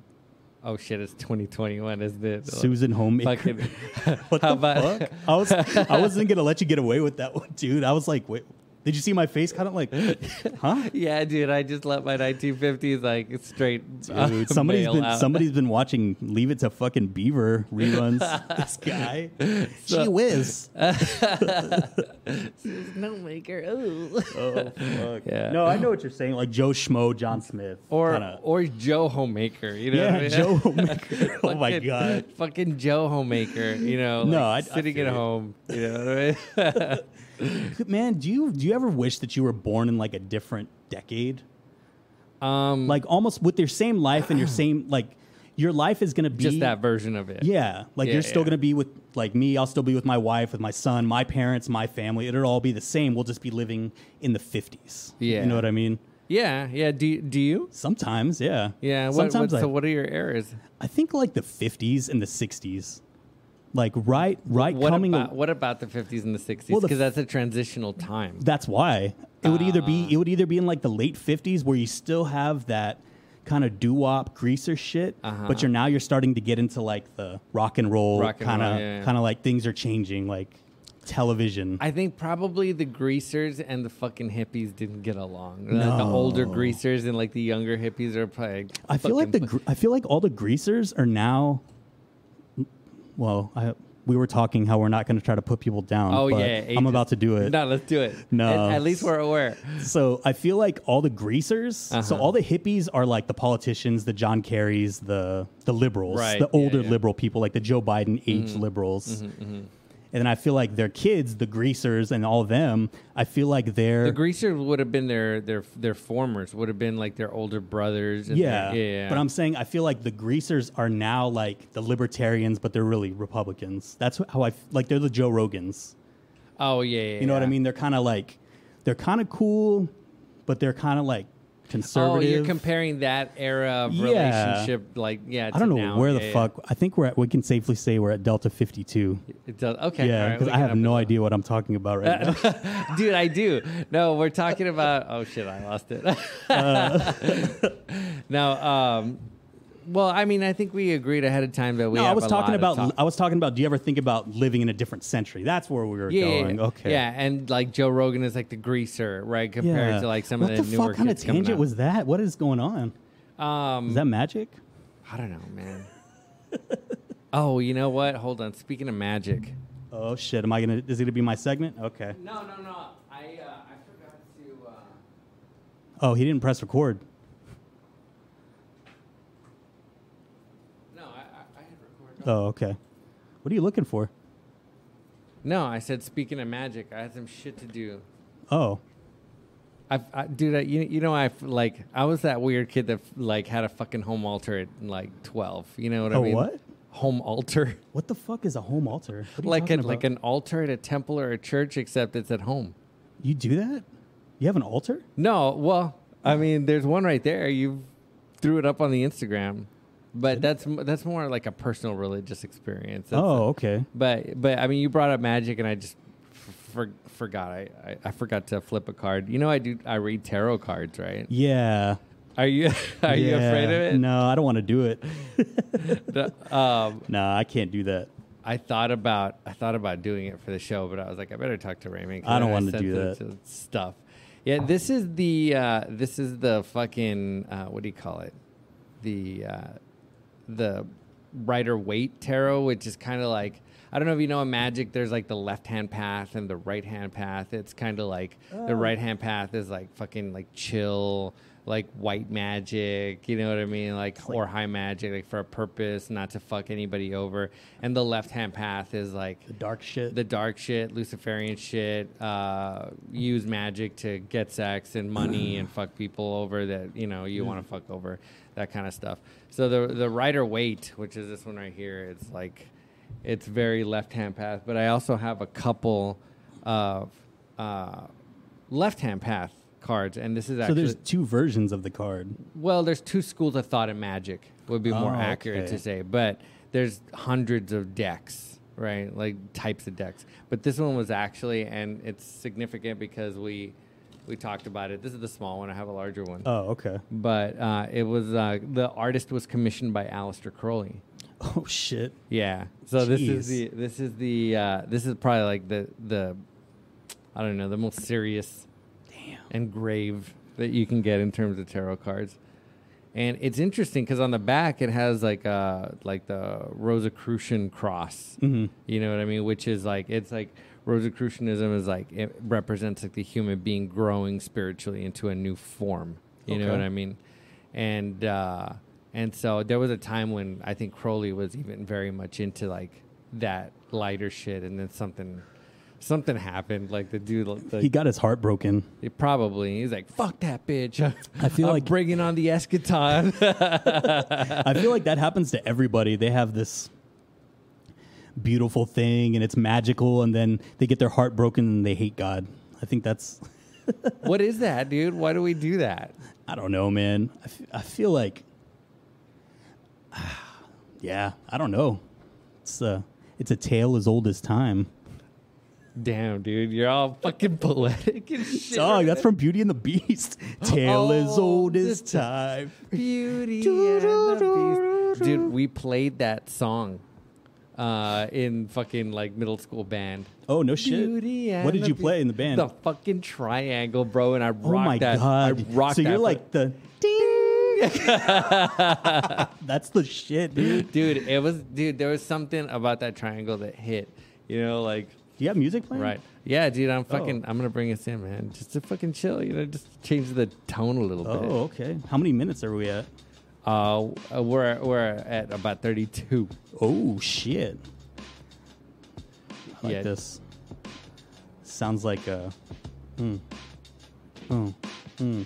Speaker 1: oh shit, it's 2021, isn't it?
Speaker 2: Susan Homemaker.
Speaker 1: Fucking-
Speaker 2: what
Speaker 1: How
Speaker 2: the
Speaker 1: about-
Speaker 2: fuck? I was I wasn't gonna let you get away with that one, dude. I was like, wait, did you see my face? Kind of like, huh?
Speaker 1: yeah, dude, I just let my 1950s like straight uh,
Speaker 2: Dude, somebody's
Speaker 1: mail
Speaker 2: been
Speaker 1: out.
Speaker 2: somebody's been watching Leave It to Fucking Beaver reruns. this guy, gee whiz.
Speaker 1: Homemaker. Ooh.
Speaker 2: Oh fuck.
Speaker 1: Yeah.
Speaker 2: No, I know what you're saying. Like Joe Schmo, John Smith,
Speaker 1: or
Speaker 2: kinda-
Speaker 1: or Joe Homemaker. You know, what I
Speaker 2: yeah,
Speaker 1: mean?
Speaker 2: Joe Homemaker. oh my
Speaker 1: Fucking-
Speaker 2: god.
Speaker 1: fucking Joe Homemaker. You know,
Speaker 2: No,
Speaker 1: like,
Speaker 2: I- I
Speaker 1: sitting
Speaker 2: feel
Speaker 1: at
Speaker 2: you.
Speaker 1: home. You know what I mean?
Speaker 2: Man, do you do you ever wish that you were born in like a different decade?
Speaker 1: Um,
Speaker 2: Like almost with your same life and your same like your life is gonna be
Speaker 1: just that version of it.
Speaker 2: Yeah, like
Speaker 1: Yeah,
Speaker 2: you're still
Speaker 1: yeah.
Speaker 2: gonna be with like me. I'll still be with my wife, with my son, my parents, my family. It'll all be the same. We'll just be living in the fifties.
Speaker 1: Yeah.
Speaker 2: you know what I mean.
Speaker 1: yeah, yeah. Do do you?
Speaker 2: Sometimes, yeah,
Speaker 1: Yeah. What,
Speaker 2: Sometimes
Speaker 1: what,
Speaker 2: I,
Speaker 1: so, what are your errors?
Speaker 2: I think like the fifties and the sixties, like right, right
Speaker 1: What
Speaker 2: coming.
Speaker 1: about what about the fifties and the sixties?
Speaker 2: Well,
Speaker 1: Because
Speaker 2: the f-
Speaker 1: that's a transitional time.
Speaker 2: That's why it would either
Speaker 1: Ah.
Speaker 2: be it would either be in like the late fifties where you still have that kind of doo wop greaser shit,
Speaker 1: Uh-huh.
Speaker 2: but you're now you're starting to get into like the rock and roll
Speaker 1: Rock and
Speaker 2: kind
Speaker 1: roll,
Speaker 2: of
Speaker 1: yeah, yeah.
Speaker 2: kind of like things are changing, like television.
Speaker 1: I think probably the greasers and the fucking hippies didn't get along. The- The
Speaker 2: No.
Speaker 1: older greasers and like the younger hippies are probably.
Speaker 2: I feel like the
Speaker 1: fucking-
Speaker 2: gr- I feel like all the greasers are now. Well, I, we were talking how we're not going to try to put people down.
Speaker 1: Oh
Speaker 2: but
Speaker 1: yeah,
Speaker 2: I'm
Speaker 1: ageist-
Speaker 2: about to do it.
Speaker 1: No, let's do it.
Speaker 2: No.
Speaker 1: at, at least we're aware.
Speaker 2: So I feel like all the greasers, so
Speaker 1: Uh-huh.
Speaker 2: all the hippies are like the politicians, the John Kerrys, the the liberals,
Speaker 1: Right,
Speaker 2: the
Speaker 1: yeah,
Speaker 2: older
Speaker 1: yeah. Mm-hmm.
Speaker 2: liberal people, like the Joe Biden age liberals. And then I feel like their kids, the greasers, and all them. I feel like they're
Speaker 1: The greasers would have been their their their formers would have been like their older brothers. And
Speaker 2: yeah,
Speaker 1: their, yeah, yeah.
Speaker 2: But I'm saying I feel like the greasers are now like the libertarians, but they're really Republicans. That's how I f- like. They're the Joe Rogans.
Speaker 1: oh yeah, yeah,
Speaker 2: You know what I
Speaker 1: yeah.
Speaker 2: mean? They're kind of like, they're kind of cool, but they're kind of like
Speaker 1: Oh,
Speaker 2: conservative.
Speaker 1: you're comparing that era of
Speaker 2: Yeah.
Speaker 1: relationship, like yeah.
Speaker 2: I don't
Speaker 1: to
Speaker 2: know
Speaker 1: now.
Speaker 2: where
Speaker 1: Yeah,
Speaker 2: the
Speaker 1: yeah.
Speaker 2: fuck. I think we're at, we can safely say we're at Delta 52.
Speaker 1: It does. Okay, all
Speaker 2: Yeah,
Speaker 1: right,
Speaker 2: because
Speaker 1: we
Speaker 2: I
Speaker 1: can
Speaker 2: have
Speaker 1: up
Speaker 2: no
Speaker 1: it.
Speaker 2: idea what I'm talking about right now.
Speaker 1: dude. I do. No, we're talking about. Oh shit, I lost it. no, um, well, I mean, I think we agreed ahead of time that we.
Speaker 2: No, I
Speaker 1: have
Speaker 2: was
Speaker 1: a
Speaker 2: talking
Speaker 1: lot of
Speaker 2: about. uh,
Speaker 1: top-
Speaker 2: I was talking about. Do you ever think about living in a different century? That's where we were
Speaker 1: Yeah, yeah,
Speaker 2: going.
Speaker 1: yeah.
Speaker 2: Okay.
Speaker 1: Yeah, and like Joe Rogan is like the greaser, right? Compared
Speaker 2: Yeah.
Speaker 1: to like some
Speaker 2: what
Speaker 1: of the,
Speaker 2: the
Speaker 1: newer
Speaker 2: fuck kind of
Speaker 1: kids coming
Speaker 2: tangent
Speaker 1: out.
Speaker 2: was that? What is going on?
Speaker 1: Um,
Speaker 2: Is that magic?
Speaker 1: I don't know, man. oh, you know what? Hold on. Speaking of magic.
Speaker 2: Oh shit! Am I gonna? Is it gonna be my segment? Okay.
Speaker 1: No, no, no. I uh, I forgot to. Uh...
Speaker 2: Oh, he didn't press record.
Speaker 1: No, I, I, I had recorded.
Speaker 2: Oh, okay. What are you looking for?
Speaker 1: No, I said speaking of magic, I had some shit to do.
Speaker 2: Oh,
Speaker 1: I, I dude, I, you you know I f- like I was that weird kid that like had a fucking home altar at like twelve. You know what I
Speaker 2: A
Speaker 1: mean?
Speaker 2: what?
Speaker 1: Home altar.
Speaker 2: what the fuck is a home altar? What are you
Speaker 1: like
Speaker 2: talking
Speaker 1: an, like
Speaker 2: about?
Speaker 1: an altar at a temple or a church, except it's at home.
Speaker 2: You do that? You have an altar?
Speaker 1: No, well, I mean, there's one right there. You threw it up on the Instagram, but that's m- that's more like a personal religious experience. That's-
Speaker 2: Oh, okay.
Speaker 1: but but I mean, you brought up magic, and I just f- for, forgot. I, I I forgot to flip a card. You know, I do. I read tarot cards, right?
Speaker 2: Yeah.
Speaker 1: Are you are you
Speaker 2: Yeah.
Speaker 1: afraid of it?
Speaker 2: No, I don't want to do it.
Speaker 1: No. Um,
Speaker 2: nah, I can't do that.
Speaker 1: I thought about I thouought about doing it for the show, but I was like, I better talk to Raymond. 'cause
Speaker 2: I don't
Speaker 1: I'm
Speaker 2: wanna do
Speaker 1: sensitive
Speaker 2: that.
Speaker 1: to stuff. Yeah, this is the uh, this is the fucking uh, what do you call it? The uh, the Rider Waite tarot, which is kind of like I don't know if you know in magic. There's like the left hand path and the right hand path. It's kind of like the right hand path is like fucking like chill, like white magic, you know what I mean? Like, or high magic, like for a purpose, not to fuck anybody over. And the left hand path is like
Speaker 2: The dark shit.
Speaker 1: the dark shit, Luciferian shit, uh, use magic to get sex and money and fuck people over that you know you want to fuck over, that kind of stuff. So the the rider weight, which is this one right here, it's like it's very left hand path. But I also have a couple of uh, left hand path cards, and this is
Speaker 2: so
Speaker 1: actually
Speaker 2: there's two versions of the card.
Speaker 1: well, there's two schools of thought in magic would be more
Speaker 2: Oh,
Speaker 1: accurate
Speaker 2: okay.
Speaker 1: to say, but there's hundreds of decks, right? Like types of decks. But this one was actually, and it's significant because we we talked about it. This is the small one. I have a larger one,
Speaker 2: Oh, okay.
Speaker 1: but uh, it was uh, the artist was commissioned by Aleister Crowley.
Speaker 2: Oh shit.
Speaker 1: Yeah. So this is
Speaker 2: Jeez.
Speaker 1: the this is the uh, this is probably like the the I don't know the most serious
Speaker 2: Damn.
Speaker 1: and grave that you can get in terms of tarot cards. And it's interesting because on the back it has like uh like the Rosicrucian cross.
Speaker 2: Mm-hmm.
Speaker 1: You know what I mean? Which is like it's like Rosicrucianism is like it represents like the human being growing spiritually into a new form. You know
Speaker 2: Okay.
Speaker 1: what I mean? And uh, and so there was a time when I think Crowley was even very much into like that lighter shit, and then something something happened. Like the dude, like,
Speaker 2: He got his heart broken.
Speaker 1: it probably. He's like, fuck that bitch. I
Speaker 2: feel
Speaker 1: am
Speaker 2: like-
Speaker 1: bringing on the eschaton.
Speaker 2: I feel like that happens to everybody. They have this beautiful thing and it's magical and then they get their heart broken and they hate God. I think that's
Speaker 1: what is that, dude? Why do we do that?
Speaker 2: I don't know, man. I, f- I feel like Yeah, I don't know. It's a it's a tale as old as time.
Speaker 1: Damn, dude, you're all fucking poetic and shit.
Speaker 2: Dog, that's from Beauty and the Beast. Tale as
Speaker 1: Oh,
Speaker 2: old as
Speaker 1: this-
Speaker 2: time.
Speaker 1: Beauty and the Beast. Dude, we played that song uh, in fucking like middle school band.
Speaker 2: Oh no shit!
Speaker 1: Beauty and
Speaker 2: what did
Speaker 1: the
Speaker 2: you
Speaker 1: Be-
Speaker 2: play in the band?
Speaker 1: The fucking triangle, bro, and I rocked
Speaker 2: oh my
Speaker 1: that.
Speaker 2: god!
Speaker 1: I rocked
Speaker 2: so
Speaker 1: that
Speaker 2: you're
Speaker 1: for-
Speaker 2: like the ding. That's the shit, dude.
Speaker 1: dude, it was dude, there was something about that triangle that hit. You know, like
Speaker 2: Do you have music playing?
Speaker 1: Right. Yeah, dude,
Speaker 2: Oh.
Speaker 1: I'm fucking I'm gonna bring us in, man. Just to fucking chill, you know, just change the tone a little
Speaker 2: Oh, okay. How many minutes are we at?
Speaker 1: bit. Uh we're we're at about thirty two.
Speaker 2: Oh shit! I like
Speaker 1: Yeah.
Speaker 2: this. Sounds like uh, a. Mm, mm,
Speaker 1: And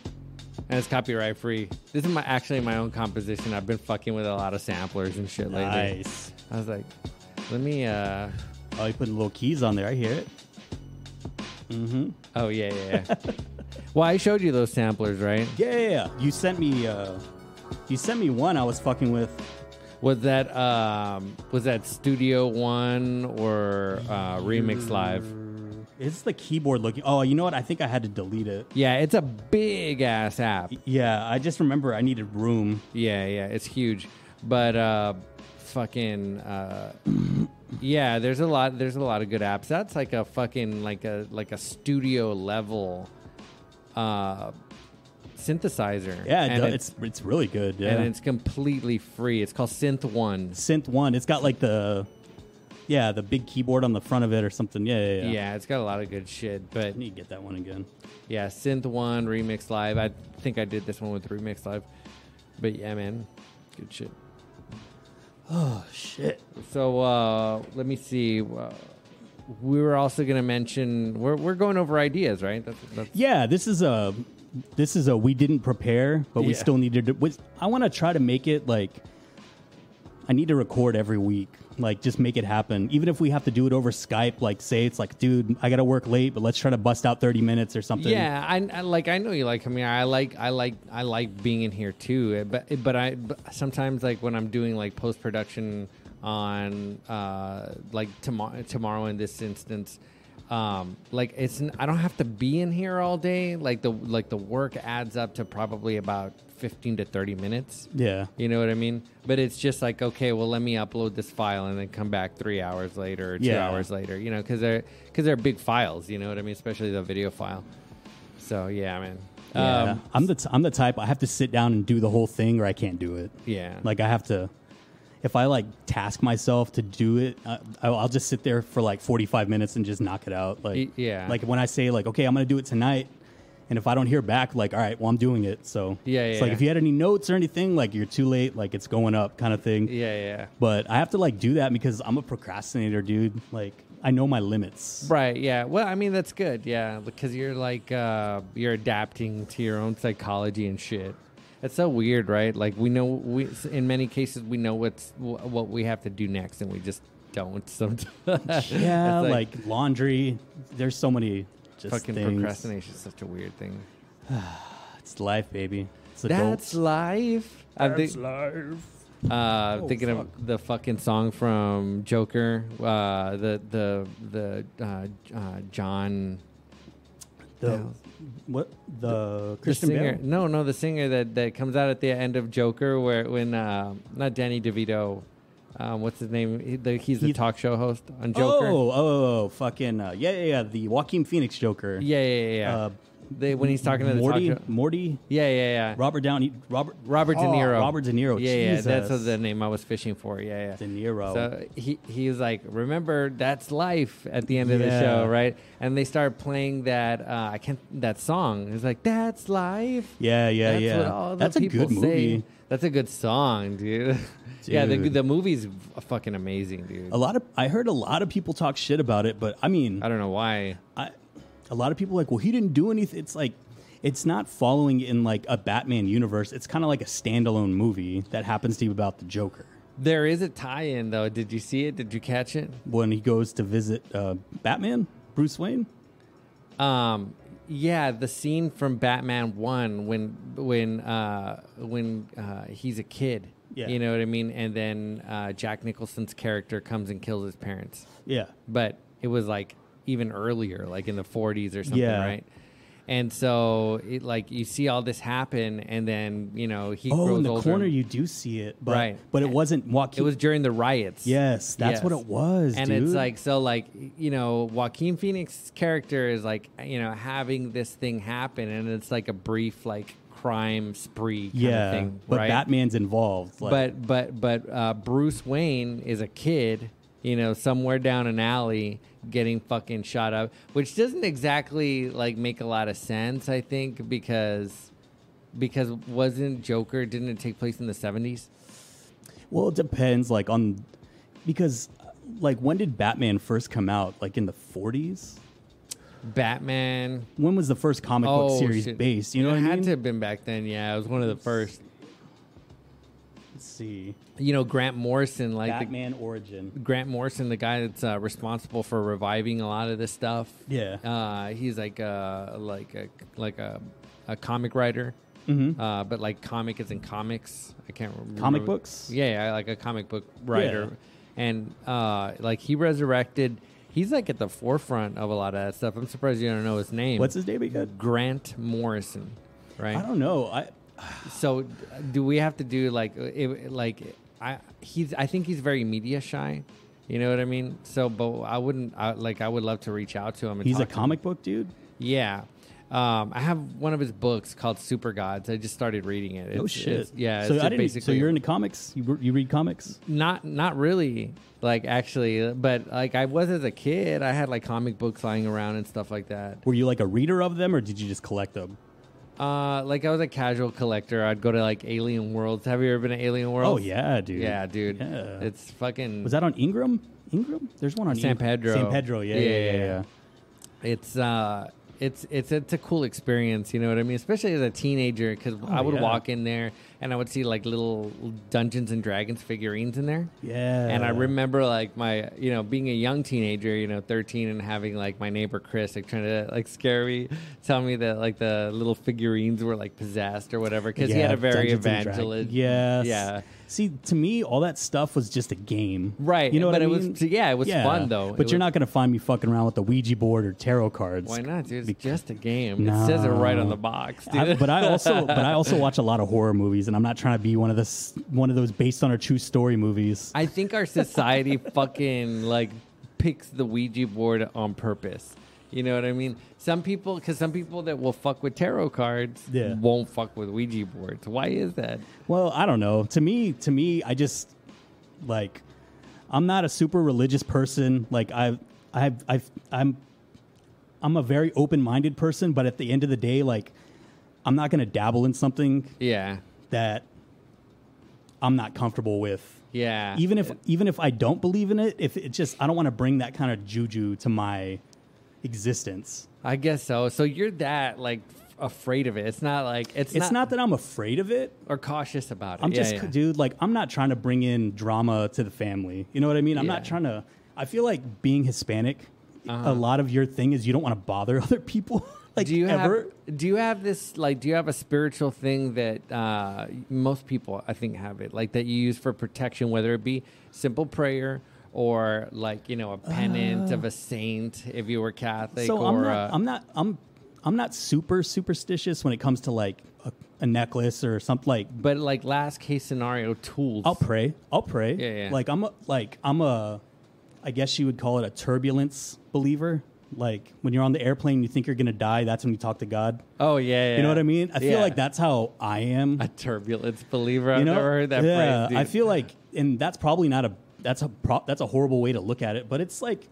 Speaker 1: it's copyright free. This is my actually my own composition. I've been fucking with a lot of samplers and shit lately.
Speaker 2: nice.
Speaker 1: I was like, let me uh
Speaker 2: Oh, you're putting little keys on there. I hear it.
Speaker 1: oh yeah, yeah, yeah. well, I showed you those samplers, right?
Speaker 2: Yeah, you sent me. Uh, you sent me one. I was fucking with.
Speaker 1: Was that um was that Studio One or uh Remix Live?
Speaker 2: It's the keyboard looking. Oh, you know what? I think I had to delete it.
Speaker 1: Yeah, it's a big ass app.
Speaker 2: Yeah, I just remember I needed room.
Speaker 1: Yeah, yeah, it's huge. But uh fucking uh yeah, there's a lot there's a lot of good apps. That's like a fucking like a like a studio level uh synthesizer.
Speaker 2: Yeah, it
Speaker 1: and
Speaker 2: do- it's, it's really good. Yeah.
Speaker 1: and it's completely free. It's called Synth One.
Speaker 2: synth one. It's got like the yeah the big keyboard on the front of it or something. Yeah, yeah, yeah.
Speaker 1: Yeah. it's got a lot of good shit, but
Speaker 2: I need to get that one again.
Speaker 1: yeah, Synth One Remix Live. I think I did this one with Remix Live. But yeah, man. Good shit.
Speaker 2: Oh shit!
Speaker 1: So uh, let me see. Uh, we were also going to mention we're we're going over ideas, right? That's, that's,
Speaker 2: Yeah, this is a this is a we didn't prepare, but we
Speaker 1: Yeah.
Speaker 2: still needed to. which- I want to try to make it like I need to record every week. Like just make it happen, even if we have to do it over Skype. Like say it's like, dude, I gotta work late, but let's try to bust out thirty minutes or something.
Speaker 1: yeah. I, I like. I know you like coming. here. I like. I like. I like being in here too. eh, But but I but sometimes like when I'm doing like post production on uh like tomorrow tomorrow in this instance. Um, like it's n- I don't have to be in here all day. Like the like the work adds up to probably about fifteen to thirty minutes.
Speaker 2: yeah.
Speaker 1: You know what I mean? But it's just like, okay, well, let me upload this file and then come back three hours later or two
Speaker 2: Yeah.
Speaker 1: hours later, you know, because they're, cause they're big files, you know what I mean? Especially the video file. So, yeah, man.
Speaker 2: Yeah.
Speaker 1: Um,
Speaker 2: I'm the t- I'm the type I have to sit down and do the whole thing or I can't do it.
Speaker 1: Yeah.
Speaker 2: Like I have to if I like task myself to do it, I, I'll I'll just sit there for like 45 minutes and just knock it out. Like
Speaker 1: Y- yeah.
Speaker 2: Like when I say like okay, I'm going to do it tonight And if I don't hear back, like, all right, well, I'm doing it. So
Speaker 1: Yeah,
Speaker 2: it's
Speaker 1: yeah,
Speaker 2: like
Speaker 1: yeah.
Speaker 2: if you had any notes or anything, like you're too late, like it's going up, kind of thing.
Speaker 1: Yeah, yeah.
Speaker 2: But I have to like do that because I'm a procrastinator, dude. Like I know my limits.
Speaker 1: Right, yeah. Well, I mean that's good, yeah, because you're like uh you're adapting to your own psychology and shit. It's so weird, right? Like we know we in many cases we know what's wh- what we have to do next and we just don't sometimes.
Speaker 2: Yeah,
Speaker 1: It's
Speaker 2: like, laundry. There's so many just
Speaker 1: fucking
Speaker 2: things.
Speaker 1: procrastination is such a weird thing.
Speaker 2: It's life, baby. It's adults.
Speaker 1: That's life. I'm thi-
Speaker 2: life.
Speaker 1: uh,
Speaker 2: Oh,
Speaker 1: thinking of the fucking song from Joker, uh, the the the uh, uh, John
Speaker 2: The what the,
Speaker 1: the
Speaker 2: Christian
Speaker 1: singer.
Speaker 2: Bale?
Speaker 1: No, no, the singer that, that comes out at the end of Joker, where when uh, not Danny DeVito, um, what's his name? He, the, he's the
Speaker 2: Heath-
Speaker 1: talk show host on Joker.
Speaker 2: Oh, oh, oh, fucking uh, yeah, yeah, yeah. The Joaquin Phoenix Joker.
Speaker 1: Yeah, yeah, yeah. yeah.
Speaker 2: Uh,
Speaker 1: they, when he's talking to the
Speaker 2: Morty,
Speaker 1: talk show.
Speaker 2: Morty,
Speaker 1: Yeah, yeah, yeah.
Speaker 2: Robert Downey, Robert,
Speaker 1: Robert De
Speaker 2: Oh,
Speaker 1: Niro.
Speaker 2: Robert De Niro.
Speaker 1: Yeah,
Speaker 2: Jesus.
Speaker 1: yeah. That's what the name I was fishing for. Yeah, yeah.
Speaker 2: De Niro.
Speaker 1: So he he was like, remember that's life at the end of the
Speaker 2: Yeah.
Speaker 1: show, right? And they started playing that uh, I can't that song. It's like that's life.
Speaker 2: yeah, yeah,
Speaker 1: that's
Speaker 2: yeah.
Speaker 1: What all the
Speaker 2: that's a
Speaker 1: people
Speaker 2: good movie.
Speaker 1: Say. That's a good song, dude. yeah, the
Speaker 2: Dude. Oh.
Speaker 1: the movie's fucking amazing, dude.
Speaker 2: A lot of I heard a lot of people talk shit about it, but I mean,
Speaker 1: I don't know why.
Speaker 2: I, a lot of people are like, well, he didn't do anything. It's like, it's not following in like a Batman universe. It's kind of like a standalone movie that happens to be about the Joker
Speaker 1: There is a tie-in though. Did you see it? Did you catch it?
Speaker 2: when he goes to visit uh, Batman, Bruce Wayne.
Speaker 1: Um, yeah, the scene from Batman One when when uh, when uh, he's a kid.
Speaker 2: Yeah.
Speaker 1: You know what I mean? And then uh, Jack Nicholson's character comes and kills his parents,
Speaker 2: Yeah,
Speaker 1: but it was like even earlier, like in the 40s or something,
Speaker 2: Yeah.
Speaker 1: right? And so, it like you see all this happen, and then you know he
Speaker 2: Oh,
Speaker 1: grows
Speaker 2: in the
Speaker 1: older.
Speaker 2: corner you do see it, but,
Speaker 1: Right.
Speaker 2: But it wasn't
Speaker 1: it
Speaker 2: Joaquin.
Speaker 1: was during the riots.
Speaker 2: yes, that's
Speaker 1: Yes.
Speaker 2: what it was.
Speaker 1: and
Speaker 2: dude.
Speaker 1: it's like so like you know joaquin phoenix's character is like you know having this thing happen and it's like a brief like crime spree kind
Speaker 2: yeah,
Speaker 1: of thing
Speaker 2: but
Speaker 1: right
Speaker 2: Batman's involved. Like,
Speaker 1: but but but uh, bruce wayne is a kid you know somewhere down an alley getting fucking shot up which doesn't exactly like make a lot of sense i think because because wasn't joker didn't it take place in the 70s
Speaker 2: well, it depends. Like on because like when did Batman first come out? Like in the forties.
Speaker 1: batman
Speaker 2: When was the first comic book series
Speaker 1: Oh, shit.
Speaker 2: based? You know
Speaker 1: it
Speaker 2: what I
Speaker 1: had
Speaker 2: mean?
Speaker 1: to have been back then. Yeah, it was one of the first.
Speaker 2: Let's see.
Speaker 1: You know, Grant Morrison, like the,
Speaker 2: Batman origin.
Speaker 1: Grant Morrison, the guy that's uh, responsible for reviving a lot of this stuff.
Speaker 2: Yeah.
Speaker 1: uh, he's like a like a like a, a comic writer. Uh, but like comic is in comics. I can't remember.
Speaker 2: Mm-hmm. Comic books?
Speaker 1: Yeah, yeah, like a comic book writer. And uh, like he resurrected. He's like at the forefront of a lot of that stuff. I'm surprised you don't know his name.
Speaker 2: What's his name again?
Speaker 1: Grant Morrison, right?
Speaker 2: I don't know. I
Speaker 1: So, do we have to do like it, like I he's I think he's very media shy, you know what I mean. So, but I wouldn't I, like I would love to reach out to him. And
Speaker 2: he's a
Speaker 1: talk to him.
Speaker 2: comic book dude.
Speaker 1: Yeah, um, I have one of his books called Super Gods. I just started reading it.
Speaker 2: Oh
Speaker 1: It's-
Speaker 2: shit.
Speaker 1: it's- yeah.
Speaker 2: So
Speaker 1: it's
Speaker 2: I didn't. So
Speaker 1: basically-
Speaker 2: you're into comics? You, you read comics?
Speaker 1: not not really like actually, but like I was as a kid. I had like comic books lying around and stuff like that.
Speaker 2: Were you like a reader of them, or did you just collect them?
Speaker 1: Uh, like I was a casual collector. I'd go to like Alien Worlds. Have you ever been to Alien
Speaker 2: Oh
Speaker 1: Worlds?
Speaker 2: yeah, dude.
Speaker 1: Yeah, dude.
Speaker 2: Yeah.
Speaker 1: It's fucking.
Speaker 2: Was that on Ingram? Ingram? There's one on
Speaker 1: San
Speaker 2: Ingram.
Speaker 1: Pedro.
Speaker 2: San Pedro. Yeah, yeah, yeah. yeah,
Speaker 1: It's uh, it's it's it's a cool experience. You know what I mean? Especially as a teenager, because I would
Speaker 2: Oh, yeah.
Speaker 1: walk in there and I would see like little Dungeons and Dragons figurines in there.
Speaker 2: Yeah.
Speaker 1: And I remember like my, you know, being a young teenager, you know, 13 and having like my neighbor Chris like trying to like scare me, tell me that like the little figurines were like possessed or whatever. Cause he had a very
Speaker 2: Dungeons and Dragons.
Speaker 1: evangelist.
Speaker 2: Yes.
Speaker 1: Yeah.
Speaker 2: See, to me, all that stuff was just a game.
Speaker 1: Right,
Speaker 2: You know
Speaker 1: but
Speaker 2: what I
Speaker 1: it was-
Speaker 2: mean?
Speaker 1: yeah, it was fun, though.
Speaker 2: But
Speaker 1: It
Speaker 2: you're
Speaker 1: was-
Speaker 2: not going to find me fucking around with the Ouija board or tarot cards.
Speaker 1: Why not, dude?
Speaker 2: Be-
Speaker 1: It's just a game. It says it right on the box, dude.
Speaker 2: I- but I also, but I also watch a lot of horror movies, and I'm not trying to be one of this, one of those based on a true story movies.
Speaker 1: I think our society fucking like picks the Ouija board on purpose. You know what I mean? Some people, because some people that will fuck with tarot cards
Speaker 2: Yeah.
Speaker 1: won't fuck with Ouija boards. Why is that?
Speaker 2: Well, I don't know. To me, to me, I just like I'm not a super religious person. Like I, I, I, I'm. I'm a very open minded person, but at the end of the day, like I'm not gonna dabble in something
Speaker 1: Yeah.
Speaker 2: that I'm not comfortable with.
Speaker 1: Yeah.
Speaker 2: Even if even if I don't believe in it, if it just I don't want to bring that kind of juju to my existence.
Speaker 1: I guess so. So you're that like f- afraid of it. It's not like it's,
Speaker 2: It's not, that I'm afraid of it.
Speaker 1: or cautious about it.
Speaker 2: I'm
Speaker 1: Yeah,
Speaker 2: just
Speaker 1: yeah.
Speaker 2: dude, like I'm not trying to bring in drama to the family. You know what I mean? I'm not
Speaker 1: Yeah. Uh-huh.
Speaker 2: trying to I feel like being Hispanic, a lot of your thing is you don't want to bother other people. like
Speaker 1: do you
Speaker 2: ever.
Speaker 1: have do you have this like do you have a spiritual thing that uh, most people I think have it like that you use for protection whether it be simple prayer or like you know a pennant of a saint if you were Catholic
Speaker 2: Uh. so
Speaker 1: or uh,
Speaker 2: I'm not,
Speaker 1: a-
Speaker 2: I'm not I'm I'm not super superstitious when it comes to like a, a necklace or something like
Speaker 1: but like last case scenario tools
Speaker 2: I'll pray. I'll pray.
Speaker 1: Yeah, yeah.
Speaker 2: Like I'm a, like I'm a I guess you would call it a turbulence believer. Like when you're on the airplane and you think you're going to die, that's when you talk to God.
Speaker 1: oh yeah,
Speaker 2: You know what I mean? I feel
Speaker 1: Yeah.
Speaker 2: like that's how I am.
Speaker 1: a turbulence believer
Speaker 2: you
Speaker 1: I've
Speaker 2: know?
Speaker 1: never heard that
Speaker 2: yeah,
Speaker 1: phrase dude.
Speaker 2: I feel like and that's probably not a that's a pro, that's a horrible way to look at it, but it's like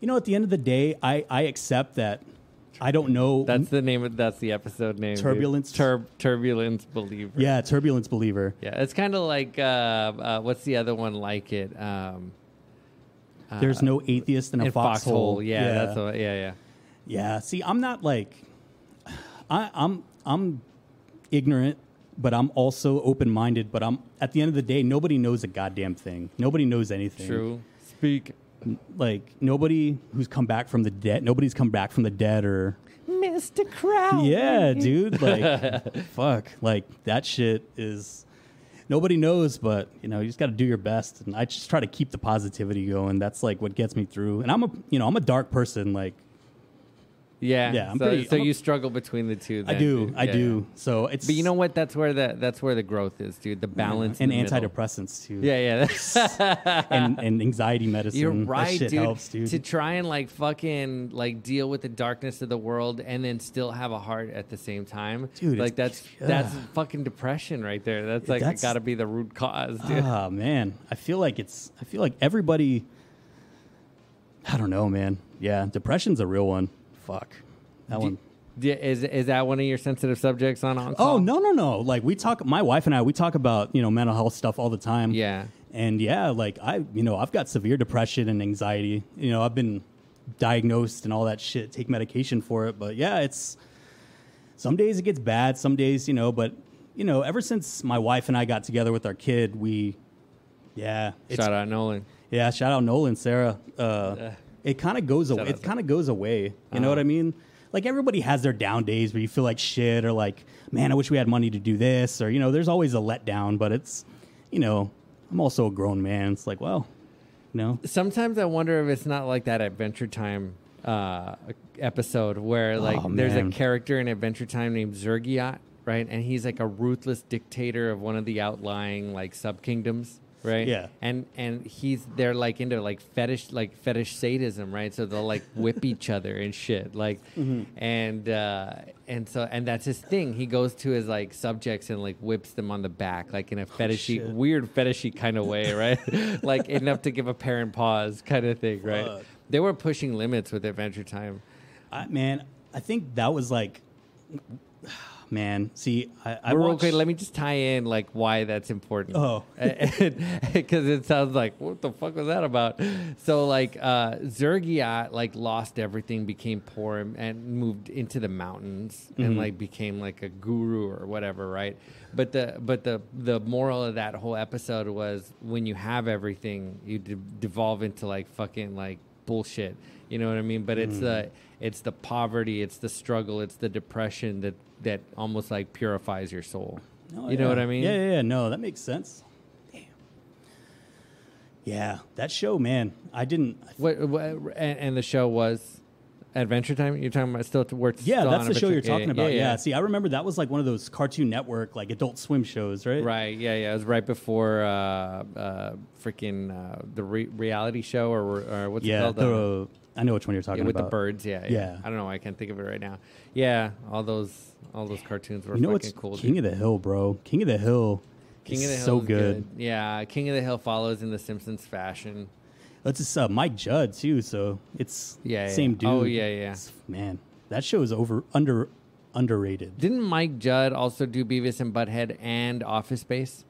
Speaker 2: you know at the end of the day, I I accept that I don't know
Speaker 1: that's the name of that's the episode name dude.
Speaker 2: Turbulence-
Speaker 1: Tur- turbulence believer
Speaker 2: yeah, turbulence believer.
Speaker 1: yeah it's kind of like uh, uh, what's the other one like it um,
Speaker 2: There's no atheist in a
Speaker 1: Uh, in
Speaker 2: foxhole.
Speaker 1: Yeah, that's what, yeah, yeah.
Speaker 2: Yeah. See, I'm not like I, I'm I'm ignorant, but I'm also open minded. But I'm at the end of the day, nobody knows a goddamn thing. Nobody knows anything.
Speaker 1: True. Speak.
Speaker 2: Like nobody who's come back from the dead. Nobody's come back from the dead or
Speaker 1: Mr. Crowley.
Speaker 2: yeah, dude. Like fuck. Like that shit is. Nobody knows, but you know you just got to do your best, and I just try to keep the positivity going. That's like what gets me through. And I'm a, you know, I'm a dark person. Like
Speaker 1: Yeah.
Speaker 2: Yeah, I'm
Speaker 1: so
Speaker 2: pretty-
Speaker 1: so
Speaker 2: I'm a-
Speaker 1: you struggle between the two.
Speaker 2: I
Speaker 1: then,
Speaker 2: do,
Speaker 1: dude.
Speaker 2: I
Speaker 1: Yeah,
Speaker 2: do.
Speaker 1: yeah.
Speaker 2: So it's
Speaker 1: But you know what? That's where the that's where the growth is, dude. The balance
Speaker 2: and
Speaker 1: in the middle.
Speaker 2: antidepressants too.
Speaker 1: Yeah, yeah. that's-
Speaker 2: and, and anxiety medicine.
Speaker 1: You're
Speaker 2: that
Speaker 1: right,
Speaker 2: shit
Speaker 1: dude,
Speaker 2: Helps, dude.
Speaker 1: To try and like fucking like deal with the darkness of the world and then still have a heart at the same time,
Speaker 2: Dude, it's-
Speaker 1: Like that's
Speaker 2: yeah.
Speaker 1: that's fucking depression right there. That's like
Speaker 2: That's-
Speaker 1: got to be the root cause, dude.
Speaker 2: Ah man, I feel like it's. I feel like everybody. I don't know, man. Yeah, depression's a real one. Fuck that one.
Speaker 1: Yeah, is is that one of your sensitive subjects on on?
Speaker 2: Oh
Speaker 1: Call?
Speaker 2: no no no! Like we talk, my wife and I, we talk about you know mental health stuff all the time.
Speaker 1: Yeah.
Speaker 2: and yeah, like I, you know, I've got severe depression and anxiety. You know, I've been diagnosed and all that shit. Take medication for it, but yeah, it's some days it gets bad, some days you know. But you know, ever since my wife and I got together with our kid, we yeah, it's
Speaker 1: Shout out Nolan.
Speaker 2: yeah, shout out Nolan, Sarah. Uh, it kind of goes away.
Speaker 1: out
Speaker 2: It
Speaker 1: to- Uh-huh.
Speaker 2: kind of goes away. You know what I mean? Like everybody has their down days where you feel like shit, or like, man, I wish we had money to do this, or you know, there's always a letdown. But it's, you know, I'm also a grown man. It's like, well, you know,
Speaker 1: sometimes I wonder if it's not like that Adventure Time uh, episode where like
Speaker 2: Oh,
Speaker 1: there's
Speaker 2: man.
Speaker 1: a character in Adventure Time named Zergiat, right? And he's like a ruthless dictator of one of the outlying like sub kingdoms. Right.
Speaker 2: Yeah.
Speaker 1: And and he's they're like into like fetish like fetish sadism, right? So they'll like whip each other and shit. Like
Speaker 2: Mm-hmm.
Speaker 1: and uh and so and that's his thing. He goes to his like subjects and like whips them on the back, like in a fetishy
Speaker 2: Oh, shit.
Speaker 1: weird fetishy kind of way, right? like enough to give a parent pause kind of thing, right?
Speaker 2: Fuck.
Speaker 1: They were pushing limits with Adventure Time.
Speaker 2: I, man, I think that was like, man, see, I, I
Speaker 1: We're
Speaker 2: watched,
Speaker 1: okay, let me just tie in like why that's important.
Speaker 2: Oh.
Speaker 1: because it sounds like what the fuck was that about? So like uh, Zergiat like lost everything, became poor, and, and moved into the mountains,
Speaker 2: Mm-hmm.
Speaker 1: and like became like a guru or whatever, right? But the but the the moral of that whole episode was when you have everything, you de- devolve into like fucking like bullshit. You know what I mean? But it's the
Speaker 2: Mm-hmm.
Speaker 1: it's the poverty, it's the struggle, it's the depression that that almost like purifies your soul.
Speaker 2: No,
Speaker 1: you know
Speaker 2: Oh, yeah.
Speaker 1: what I mean?
Speaker 2: Yeah, yeah, yeah. No, that makes sense. Damn. Yeah, that show, man. I didn't.
Speaker 1: What, what and, and the show was Adventure Time. You're talking about still to work.
Speaker 2: Yeah,
Speaker 1: still
Speaker 2: that's
Speaker 1: on
Speaker 2: the show
Speaker 1: Adventure-
Speaker 2: you're talking about. Yeah, See, I remember that was like one of those Cartoon Network, like Adult Swim shows, right?
Speaker 1: Right, yeah, yeah. It was right before uh, uh, freaking uh, the re- reality show, or, or what's it
Speaker 2: Yeah.
Speaker 1: called?
Speaker 2: the-
Speaker 1: Uh,
Speaker 2: I know which one you're talking
Speaker 1: yeah, with
Speaker 2: about.
Speaker 1: the birds. Yeah, yeah,
Speaker 2: Yeah.
Speaker 1: I don't know. why I can't think of it right now. Yeah, all those all those cartoons were
Speaker 2: You know what's
Speaker 1: fucking cool.
Speaker 2: King
Speaker 1: dude.
Speaker 2: of the Hill, bro? King of the Hill.
Speaker 1: King of the Hill
Speaker 2: so
Speaker 1: is
Speaker 2: good.
Speaker 1: Yeah, King of the Hill follows in the Simpsons fashion.
Speaker 2: It's just, uh, Mike Judd too, so it's
Speaker 1: Yeah,
Speaker 2: same
Speaker 1: yeah.
Speaker 2: dude.
Speaker 1: Oh, yeah, yeah.
Speaker 2: It's- man, that show is over under underrated.
Speaker 1: Didn't Mike Judd also do Beavis and Butthead and Office Space?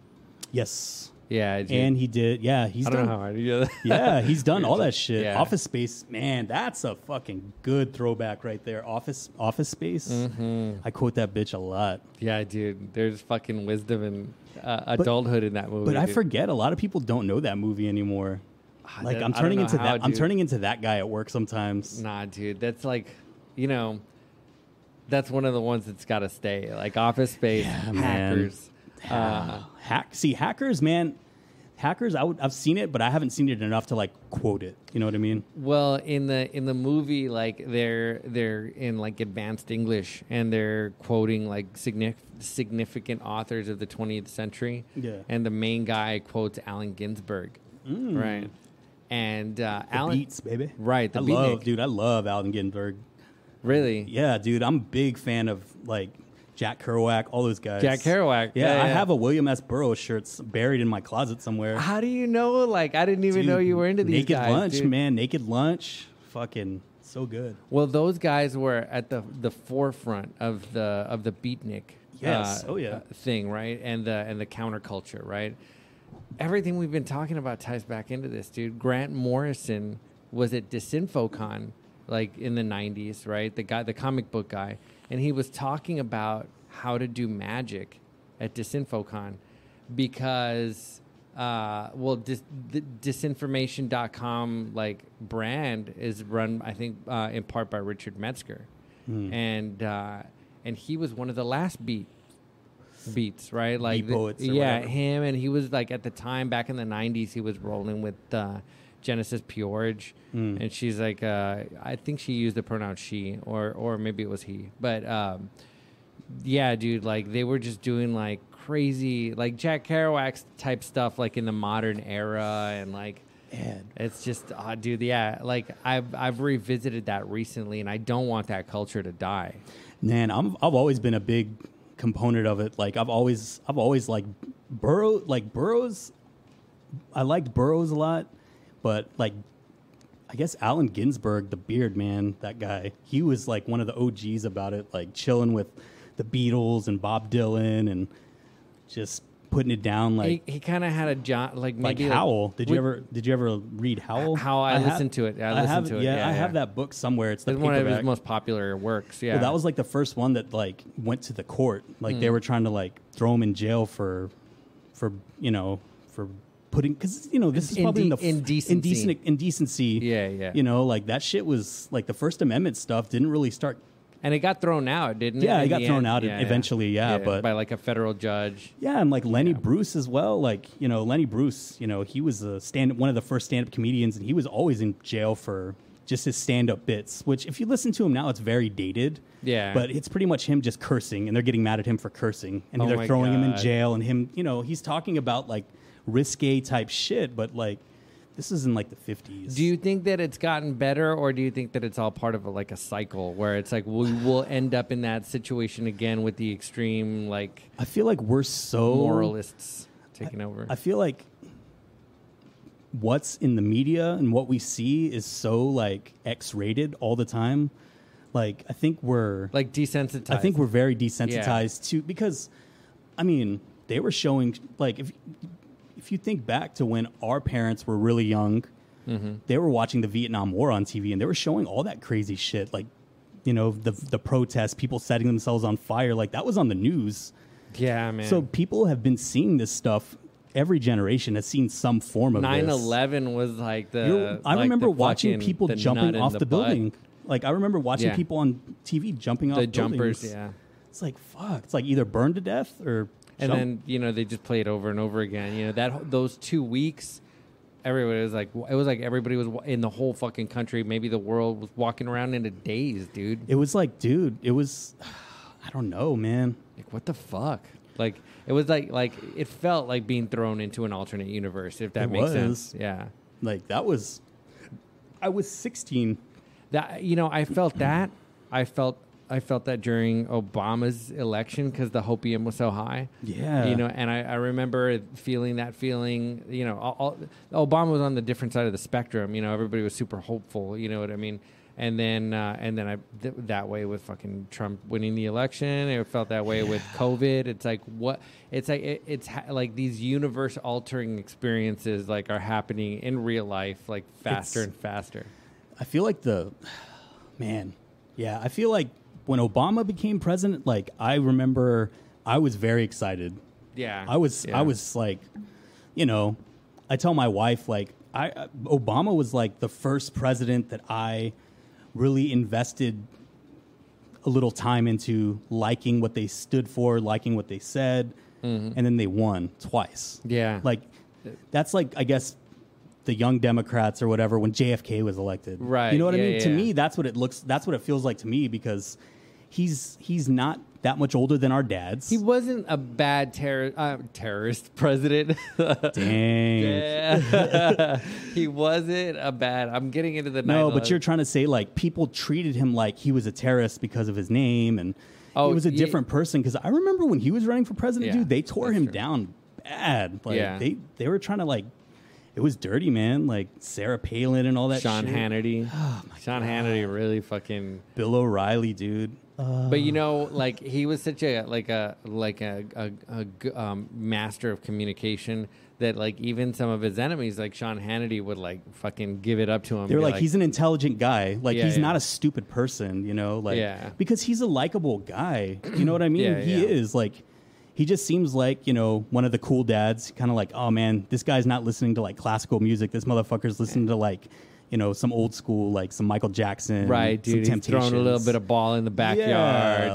Speaker 2: Yes,
Speaker 1: Yeah, dude.
Speaker 2: and he did. Yeah, he's
Speaker 1: I
Speaker 2: done.
Speaker 1: don't know how I do that.
Speaker 2: yeah, he's done all that shit.
Speaker 1: Yeah.
Speaker 2: Office Space, man, that's a fucking good throwback right there. Office Office Space.
Speaker 1: Mm-hmm.
Speaker 2: I quote that bitch a lot.
Speaker 1: yeah, dude. There's fucking wisdom and uh, adulthood in that movie.
Speaker 2: But I
Speaker 1: dude.
Speaker 2: forget a lot of people don't know that movie anymore.
Speaker 1: Ah,
Speaker 2: Like
Speaker 1: that- I
Speaker 2: I'm
Speaker 1: don't
Speaker 2: turning
Speaker 1: know
Speaker 2: into
Speaker 1: how,
Speaker 2: that. I'm
Speaker 1: dude.
Speaker 2: turning into that guy at work sometimes.
Speaker 1: Nah, dude. That's like, you know, that's one of the ones that's got to stay. Like Office Space,
Speaker 2: Yeah, man.
Speaker 1: Hackers. Uh,
Speaker 2: Hack. See, hackers, man. Hackers. I would. I've seen it, but I haven't seen it enough to like quote it. You know what I mean?
Speaker 1: well, in the in the movie, like they're they're in like advanced English and they're quoting like signif- significant authors of the 20th century.
Speaker 2: Yeah.
Speaker 1: And the main guy quotes Allen Ginsberg, right? And uh, Allen,
Speaker 2: Mm. Beats, baby.
Speaker 1: Right, the
Speaker 2: I love,
Speaker 1: beatnik.
Speaker 2: dude. I love Allen Ginsberg.
Speaker 1: really?
Speaker 2: Yeah, dude. I'm a big fan of like Jack Kerouac, all those guys.
Speaker 1: Jack Kerouac.
Speaker 2: Yeah,
Speaker 1: Yeah,
Speaker 2: I
Speaker 1: yeah.
Speaker 2: have a William S. Burroughs shirt s- buried in my closet somewhere.
Speaker 1: How do you know? Like, I didn't even
Speaker 2: Dude,
Speaker 1: know you were into these
Speaker 2: naked
Speaker 1: guys.
Speaker 2: lunch,
Speaker 1: dude.
Speaker 2: man. Naked lunch. Fucking so good.
Speaker 1: Well, those guys were at the the forefront of the of the beatnik uh,
Speaker 2: Yes. Oh, yeah.
Speaker 1: thing, right? And the and the counterculture, right? Everything we've been talking about ties back into this, dude. Grant Morrison was at Disinfocon like in the 90s, right? The guy the comic book guy, and he was talking about how to do magic at Disinfocon because uh, well, dis- the disinformation.com like brand is run, I think, uh, in part by Richard Metzger, and uh, and he was one of the last beat beats, right? Like, the-
Speaker 2: poets or
Speaker 1: yeah,
Speaker 2: whatever.
Speaker 1: him, and he was like at the time back in the '90s, he was rolling with uh, Genesis Piorge,
Speaker 2: Mm.
Speaker 1: and she's like, uh, I think she used the pronoun she, or or maybe it was he, but. Um, yeah, dude, like they were just doing like crazy, like Jack Kerouac type stuff, like in the modern era, and like
Speaker 2: Man.
Speaker 1: it's just, ah, dude, yeah, like I've I've revisited that recently, and I don't want that culture to die.
Speaker 2: Man, I'm I've always been a big component of it. Like I've always I've always like Burrow like Burrows. I liked Burrows a lot, but like I guess Allen Ginsberg, the beard man, that guy, he was like one of the OGs about it, like chilling with the Beatles and Bob Dylan and just putting it down like
Speaker 1: he he kind of had a John, like
Speaker 2: like
Speaker 1: maybe
Speaker 2: Howl. Did you
Speaker 1: we-
Speaker 2: ever did you ever read Howl?
Speaker 1: Howl, I
Speaker 2: have-
Speaker 1: listened to it. I listened
Speaker 2: have,
Speaker 1: to it.
Speaker 2: Yeah,
Speaker 1: Yeah,
Speaker 2: I have
Speaker 1: yeah.
Speaker 2: that book somewhere. It's the
Speaker 1: It's one of his
Speaker 2: paperback.
Speaker 1: most popular works. Yeah, Mm.
Speaker 2: Well, that was like the first one that like went to the court. Like they were trying to like throw him in jail for, for you know, for putting because you know this is
Speaker 1: Inde-
Speaker 2: probably in the f-
Speaker 1: indecency.
Speaker 2: indecent indecency.
Speaker 1: Yeah, yeah.
Speaker 2: You know, like that shit was like the First Amendment stuff didn't really start.
Speaker 1: and it got thrown out, didn't it?
Speaker 2: Yeah,
Speaker 1: in
Speaker 2: it got
Speaker 1: the
Speaker 2: thrown
Speaker 1: end?
Speaker 2: out eventually, yeah, but-
Speaker 1: by like a federal judge.
Speaker 2: Yeah, and like Lenny Bruce as well. Like you know, Lenny Bruce. You know, he was a stand one of the first stand up comedians, and he was always in jail for just his stand up bits. Which, if you listen to him now, it's very dated.
Speaker 1: Yeah.
Speaker 2: but it's pretty much him just cursing, and they're getting mad at him for cursing, and
Speaker 1: Oh my
Speaker 2: they're throwing him in
Speaker 1: God.
Speaker 2: jail, and him. You know, he's talking about like risque type shit, but like this is in like the fifties.
Speaker 1: Do you think that it's gotten better, or do you think that it's all part of a, like a cycle where it's like we will end up in that situation again with the extreme like
Speaker 2: I feel like we're so
Speaker 1: moralists taking over?
Speaker 2: I feel like what's in the media and what we see is so like X-rated all the time. Like I think we're
Speaker 1: like desensitized.
Speaker 2: I think we're very desensitized to because I mean, they were showing like if if you think back to when our parents were really young, they were watching the Vietnam War on TV and they were showing all that crazy shit like you know, the the protests, people setting themselves on fire, like that was on the news.
Speaker 1: yeah, man.
Speaker 2: So people have been seeing this stuff. Every generation has seen some form of 9
Speaker 1: nine eleven was like the.
Speaker 2: You're- I
Speaker 1: like
Speaker 2: remember
Speaker 1: the
Speaker 2: watching
Speaker 1: fucking-
Speaker 2: people
Speaker 1: the nut
Speaker 2: jumping
Speaker 1: in
Speaker 2: off the,
Speaker 1: butt.
Speaker 2: building. Like I remember watching
Speaker 1: Yeah.
Speaker 2: people on TV jumping off
Speaker 1: the jumpers,
Speaker 2: buildings.
Speaker 1: yeah.
Speaker 2: It's like fuck. It's like either burned to death or
Speaker 1: And
Speaker 2: jump.
Speaker 1: then you know they just play it over and over again. You know that those two weeks, everybody was like, it was like everybody was wa- in the whole fucking country, maybe the world was walking around in a daze, dude.
Speaker 2: it was like, dude, it was. I don't know, man.
Speaker 1: like what the fuck like it was like like it felt like being thrown into an alternate universe if that
Speaker 2: It
Speaker 1: makes sense
Speaker 2: was.
Speaker 1: yeah
Speaker 2: Like that was. I was 16.
Speaker 1: that you know i felt that i felt I felt that during Obama's election because the hopium was so high.
Speaker 2: Yeah.
Speaker 1: You know, and I, I remember feeling that feeling. You know, all, all, Obama was on the different side of the spectrum. You know, everybody was super hopeful. You know what I mean? And then, uh, and then I th- that way with fucking Trump winning the election. It felt that way with COVID. It's like what? It's like it, it's ha- like these universe-altering experiences like are happening in real life, like faster
Speaker 2: It's-
Speaker 1: and faster.
Speaker 2: I feel like the man, yeah, I feel like when Obama became president, like I remember I was very excited.
Speaker 1: Yeah,
Speaker 2: I was
Speaker 1: yeah.
Speaker 2: I was like, you know, I tell my wife like I I- Obama was like the first president that I really invested a little time into liking what they stood for, liking what they said, and then they won twice.
Speaker 1: Mm-hmm. Yeah.
Speaker 2: Like that's like I guess the young Democrats or whatever when JFK was elected.
Speaker 1: Right,
Speaker 2: You know what
Speaker 1: yeah,
Speaker 2: I mean?
Speaker 1: yeah,
Speaker 2: to
Speaker 1: yeah.
Speaker 2: me, that's what it looks that's what it feels like to me because he's he's not that much older than our dads.
Speaker 1: He wasn't a bad terror uh, terrorist president.
Speaker 2: Dang.
Speaker 1: Yeah. he wasn't a bad. I'm getting into the
Speaker 2: No, but
Speaker 1: 9/11.
Speaker 2: you're trying to say like people treated him like he was a terrorist because of his name and
Speaker 1: Oh,
Speaker 2: he was a
Speaker 1: ye-
Speaker 2: different person. Because I remember when he was running for president,
Speaker 1: Yeah,
Speaker 2: dude, they tore
Speaker 1: that's
Speaker 2: him
Speaker 1: true.
Speaker 2: down bad. Like
Speaker 1: Yeah.
Speaker 2: they they were trying to like it was dirty, man. Like Sarah Palin and all that.
Speaker 1: Sean
Speaker 2: shit. Oh
Speaker 1: Hannity. Sean Hannity really fucking.
Speaker 2: Bill O'Reilly, dude. Uh,
Speaker 1: But you know, like he was such a like a like a a, a g- um, master of communication that like even some of his enemies, like Sean Hannity, would like fucking give it up to him.
Speaker 2: they were
Speaker 1: be
Speaker 2: like, he's an intelligent guy. Like
Speaker 1: Yeah,
Speaker 2: he's not
Speaker 1: yeah.
Speaker 2: a stupid person, you know. Like
Speaker 1: Yeah.
Speaker 2: because he's a likable guy. You know what I mean?
Speaker 1: Yeah,
Speaker 2: he
Speaker 1: yeah.
Speaker 2: is like. He just seems like you know one of the cool dads. Kind of like, oh man, this guy's not listening to like classical music. This motherfucker's listening to like, you know, some old school like some Michael Jackson,
Speaker 1: right, dude.
Speaker 2: Some
Speaker 1: He's throwing a little
Speaker 2: Temptations.
Speaker 1: bit of ball in the backyard.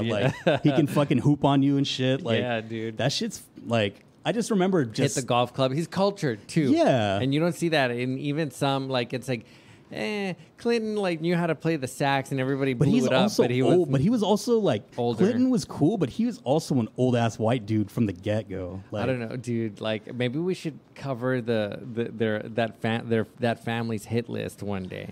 Speaker 1: Yeah.
Speaker 2: Yeah, like he can fucking hoop on you and shit. Like,
Speaker 1: Yeah, dude.
Speaker 2: that shit's like I just remember just
Speaker 1: hit the golf club. He's cultured too.
Speaker 2: Yeah.
Speaker 1: and you don't see that in even some like it's like, eh, Clinton like knew how to play the sax and everybody
Speaker 2: But
Speaker 1: blew
Speaker 2: he's
Speaker 1: it up.
Speaker 2: also
Speaker 1: but he
Speaker 2: old.
Speaker 1: was
Speaker 2: but he was also like
Speaker 1: Older.
Speaker 2: Clinton was cool, but he was also an old ass white dude from the get go. Like,
Speaker 1: I don't know, dude. Like maybe we should cover the, the their that fa- their that family's hit list one day.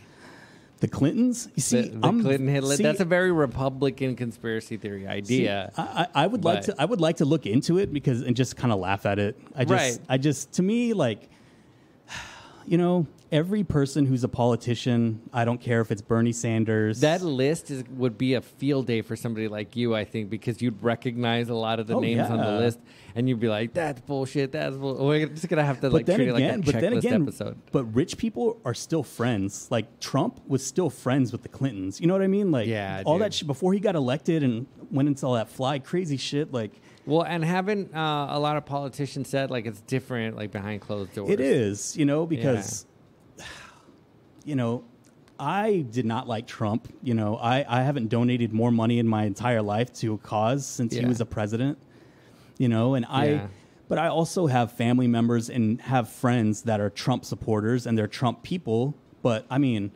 Speaker 2: The Clintons. You see,
Speaker 1: The, the
Speaker 2: I'm-
Speaker 1: Clinton hit list.
Speaker 2: see,
Speaker 1: That's a very Republican conspiracy theory
Speaker 2: see,
Speaker 1: idea.
Speaker 2: I, I I would like
Speaker 1: but-
Speaker 2: to. I would like to look into it because and just kind of laugh at it. I just.
Speaker 1: Right.
Speaker 2: I just to me like, you know, every person who's a politician. I don't care if it's Bernie Sanders.
Speaker 1: that list is, would be a field day for somebody like you, I think, because you'd recognize a lot of the
Speaker 2: Oh,
Speaker 1: names on the
Speaker 2: yeah.
Speaker 1: list, and you'd be like, "That's bullshit. That's bull-. we're just gonna have to
Speaker 2: but
Speaker 1: like
Speaker 2: then
Speaker 1: treat
Speaker 2: again,
Speaker 1: it like a
Speaker 2: but then
Speaker 1: checklist
Speaker 2: again,
Speaker 1: episode."
Speaker 2: but rich people are still friends. Like Trump was still friends with the Clintons. You know what I mean? Like
Speaker 1: Yeah,
Speaker 2: all
Speaker 1: dude.
Speaker 2: that shit before he got elected and went into all that fly crazy shit. Like
Speaker 1: Well, and haven't uh, a lot of politicians said like it's different, like behind closed doors?
Speaker 2: it is, you know, because you know, I did not like Trump. You know, I I haven't donated more money in my entire life to a cause since he
Speaker 1: Yeah.
Speaker 2: was a president. You know, and I.
Speaker 1: Yeah.
Speaker 2: But I also have family members and have friends that are Trump supporters and they're Trump people. But I mean,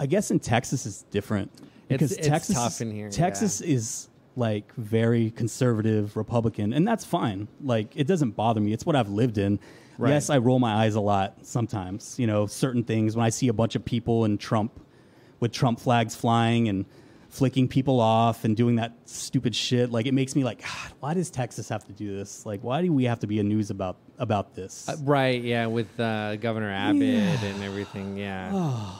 Speaker 2: I guess in Texas it's different
Speaker 1: It's-
Speaker 2: because
Speaker 1: it's
Speaker 2: Texas is-
Speaker 1: tough in here,
Speaker 2: Texas is like very conservative Republican, and that's fine. Like it doesn't bother me. It's what I've lived in.
Speaker 1: Right.
Speaker 2: Yes, I roll my eyes a lot sometimes. You know, certain things when I see a bunch of people in Trump with Trump flags flying and flicking people off and doing that stupid shit. Like it makes me like, God, why does Texas have to do this? Like, why do we have to be in news about about this?
Speaker 1: Uh, Right, yeah, with uh, Governor Abbott and everything, yeah.
Speaker 2: Oh,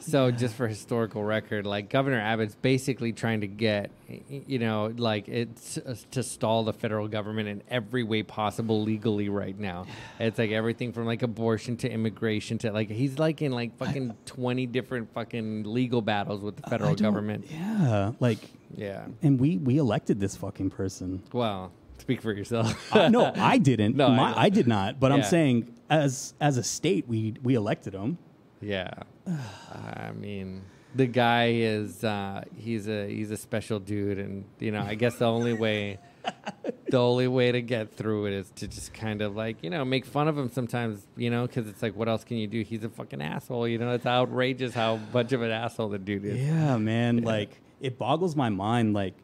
Speaker 1: so, just for historical record, like Governor Abbott's basically trying to get, y- you know, like it's uh, to stall the federal government in every way possible legally right now. It's like everything from like abortion to immigration to like he's like in like fucking 20 different fucking legal battles with the
Speaker 2: I
Speaker 1: federal
Speaker 2: don't-
Speaker 1: government.
Speaker 2: Yeah, like,
Speaker 1: Yeah.
Speaker 2: and we we elected this fucking person.
Speaker 1: Well, speak for yourself.
Speaker 2: Uh, no, I didn't.
Speaker 1: No, I
Speaker 2: My-
Speaker 1: know.
Speaker 2: I, did not. But I'm
Speaker 1: Yeah.
Speaker 2: saying, as as a state, we we elected him.
Speaker 1: Yeah. I mean, the guy is uh, he's a he's a special dude, and you know, I guess the only way the only way to get through it is to just kind of like you know make fun of him sometimes, you know, because it's like, what else can you do? He's a fucking asshole, you know. It's outrageous how much of an asshole the dude is.
Speaker 2: Yeah, man. Like it boggles my mind. Like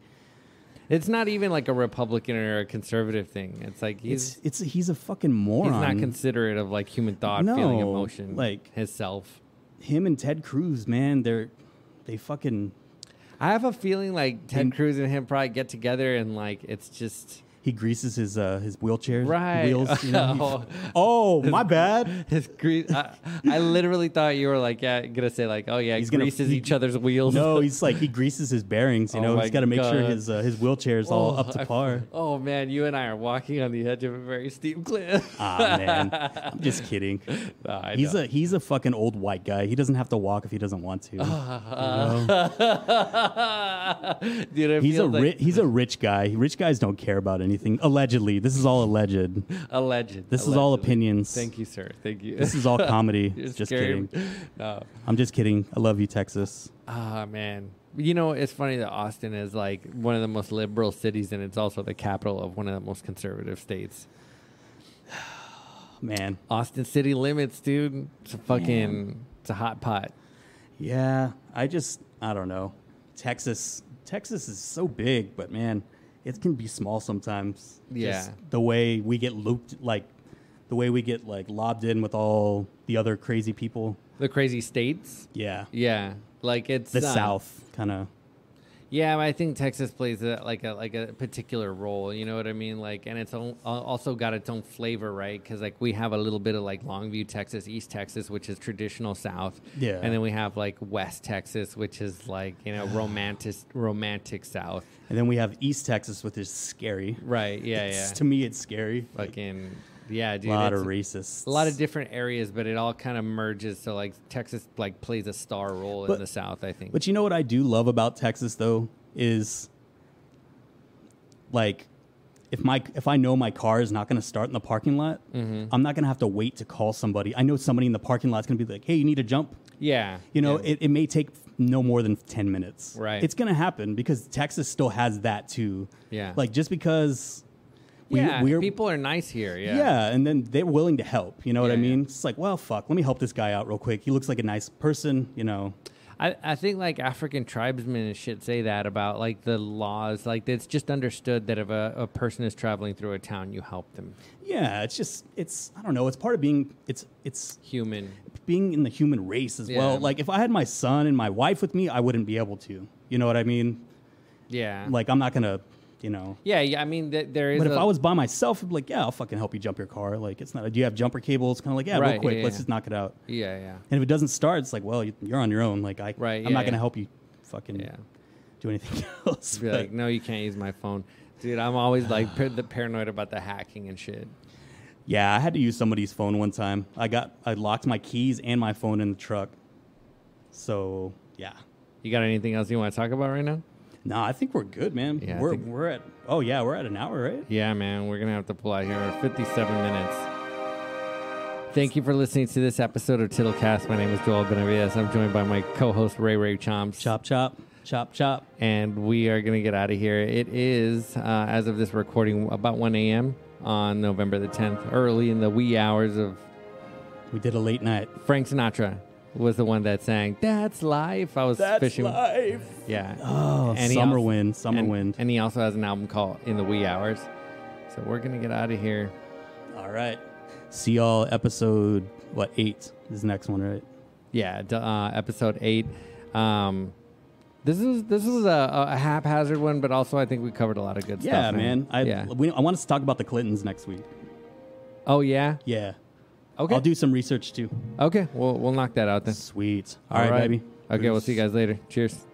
Speaker 1: It's not even like a Republican or a conservative thing. It's like he's.
Speaker 2: it's it's he's a fucking
Speaker 1: He's
Speaker 2: moron.
Speaker 1: not considerate of like human thought, feeling,
Speaker 2: No,
Speaker 1: emotion,
Speaker 2: like-
Speaker 1: himself.
Speaker 2: Him and Ted Cruz, man, they're they fucking
Speaker 1: I have a feeling like Ted Cruz and him probably get together and like it's just
Speaker 2: He greases his uh, his wheelchair
Speaker 1: Right.
Speaker 2: wheels. You know?
Speaker 1: Oh.
Speaker 2: He- oh, my bad.
Speaker 1: his grease. I, I literally thought you were like yeah gonna say like oh yeah
Speaker 2: He's gonna-
Speaker 1: greases
Speaker 2: he-
Speaker 1: each other's wheels.
Speaker 2: No, he's like he greases his bearings. You
Speaker 1: Oh
Speaker 2: know,
Speaker 1: my
Speaker 2: he's got to make sure
Speaker 1: God.
Speaker 2: his uh, his wheelchair is all
Speaker 1: Oh,
Speaker 2: up to
Speaker 1: I-
Speaker 2: par.
Speaker 1: Oh man, you and I are walking on the edge of a very steep cliff.
Speaker 2: ah man, I'm just kidding.
Speaker 1: No, I
Speaker 2: He's
Speaker 1: know.
Speaker 2: a he's a fucking old white guy. He doesn't have to walk if he doesn't want to.
Speaker 1: Dude, it
Speaker 2: he's a
Speaker 1: feels like
Speaker 2: ri- he's a rich guy. Rich guys don't care about anything. Allegedly, this is all alleged.
Speaker 1: a legend.
Speaker 2: This is all
Speaker 1: allegedly.
Speaker 2: opinions.
Speaker 1: Thank you, sir. Thank you.
Speaker 2: This is all comedy. just kidding.
Speaker 1: No.
Speaker 2: I'm just kidding. I love you, Texas.
Speaker 1: Ah man. You know, it's funny that Austin is like one of the most liberal cities, and it's also the capital of one of the most conservative states.
Speaker 2: Oh, Man.
Speaker 1: Austin city limits, dude. It's a fucking, it's a hot pot.
Speaker 2: Yeah, I just I don't know. Texas Texas is so big, but man, it can be small sometimes.
Speaker 1: Yeah.
Speaker 2: Just the way we get looped like the way we get like lobbed in with all the other crazy people.
Speaker 1: The crazy states.
Speaker 2: Yeah.
Speaker 1: Yeah, like it's
Speaker 2: The
Speaker 1: uh,
Speaker 2: South kind of
Speaker 1: Yeah, but I think Texas plays a, like a like a particular role. You know what I mean? Like, and it's al- al- also got its own flavor, right? Because like we have a little bit of like Longview, Texas, East Texas, which is traditional South.
Speaker 2: Yeah.
Speaker 1: and then we have like West Texas, which is like you know romantic romantic South.
Speaker 2: and then we have East Texas which is scary.
Speaker 1: Right? Yeah,
Speaker 2: It's-
Speaker 1: yeah.
Speaker 2: To me it's scary.
Speaker 1: Fucking yeah,
Speaker 2: a
Speaker 1: dude.
Speaker 2: lot
Speaker 1: it's
Speaker 2: of racists.
Speaker 1: a lot of different areas, but it all kind of merges. So like Texas like plays a star role
Speaker 2: But-
Speaker 1: in the South, I think.
Speaker 2: But you know what I do love about Texas though is like if my if I know my car is not going to start in the parking lot,
Speaker 1: Mm-hmm.
Speaker 2: I'm not going to have to wait to call somebody. I know somebody in the parking lot is going to be like, "Hey, you need to jump."
Speaker 1: yeah,
Speaker 2: You know,
Speaker 1: yeah.
Speaker 2: it, it may take no more than 10 minutes.
Speaker 1: Right.
Speaker 2: It's going to happen because Texas still has that too.
Speaker 1: Yeah.
Speaker 2: Like just because we,
Speaker 1: yeah,
Speaker 2: we're
Speaker 1: people are nice here.
Speaker 2: yeah. and then they're willing to help. You know what I
Speaker 1: Yeah, yeah.
Speaker 2: mean? It's like, well, fuck, let me help this guy out real quick. He looks like a nice person, you know.
Speaker 1: I, I think like African tribesmen and shit say that about like the laws. Like it's just understood that if a, a person is traveling through a town, you help them.
Speaker 2: Yeah, it's just it's I don't know. It's part of being it's it's
Speaker 1: Human.
Speaker 2: being in the human race as well.
Speaker 1: Yeah.
Speaker 2: Like if I had my son and my wife with me, I wouldn't be able to. You know what I mean?
Speaker 1: Yeah.
Speaker 2: Like I'm not gonna, you know.
Speaker 1: yeah. Yeah. I mean, th- there is.
Speaker 2: But if
Speaker 1: a-
Speaker 2: I was by myself, I'd be like, yeah, I'll fucking help you jump your car. Like it's not. Do you have jumper cables? Kind of like, yeah, real
Speaker 1: Right,
Speaker 2: quick,
Speaker 1: yeah,
Speaker 2: let's
Speaker 1: yeah.
Speaker 2: just knock it out.
Speaker 1: Yeah. Yeah.
Speaker 2: And if it doesn't start, it's like, well, you- you're on your own. Like I,
Speaker 1: Right,
Speaker 2: I'm
Speaker 1: yeah,
Speaker 2: not gonna
Speaker 1: yeah.
Speaker 2: help you, fucking,
Speaker 1: Yeah.
Speaker 2: do anything else.
Speaker 1: Be
Speaker 2: but-
Speaker 1: like, no, you can't use my phone, dude. I'm always like par- the paranoid about the hacking and shit.
Speaker 2: Yeah, I had to use somebody's phone one time. I got I locked my keys and my phone in the truck. So yeah.
Speaker 1: You got anything else you want to talk about right now?
Speaker 2: No, I think we're good, man.
Speaker 1: Yeah, I
Speaker 2: we're
Speaker 1: think-
Speaker 2: we're at oh yeah, we're at an hour, right?
Speaker 1: Yeah, man, we're gonna have to pull out here. We're 57 minutes. Thank you for listening to this episode of Tittlecast. My name is Joel Benavides. I'm joined by my co-host Ray Ray Chomps.
Speaker 2: Chop chop, chop chop.
Speaker 1: and we are going to get out of here. It is, uh, as of this recording, about 1 a.m. on November the 10th, early in the wee hours of
Speaker 2: We did a late night.
Speaker 1: Frank Sinatra was the one that sang "That's Life." I was fishing,
Speaker 2: life.
Speaker 1: yeah.
Speaker 2: Oh,
Speaker 1: And he
Speaker 2: summer
Speaker 1: also-
Speaker 2: wind, summer
Speaker 1: and,
Speaker 2: wind.
Speaker 1: and he also has an album called "In the Wee Hours." So we're gonna get out of here.
Speaker 2: All right. See y'all episode what eight is the next one, right?
Speaker 1: Yeah, d- uh, episode eight. Um, this is this is a, a a haphazard one, but also I think we covered a lot of good
Speaker 2: Yeah,
Speaker 1: stuff.
Speaker 2: man. I
Speaker 1: yeah.
Speaker 2: we, I want us to talk about the Clintons next week.
Speaker 1: Oh yeah.
Speaker 2: Yeah.
Speaker 1: Okay.
Speaker 2: I'll do some research too.
Speaker 1: okay. We'll we'll knock that out then.
Speaker 2: Sweet. All right, baby.
Speaker 1: Okay, we'll
Speaker 2: Peace.
Speaker 1: see you guys later. Cheers.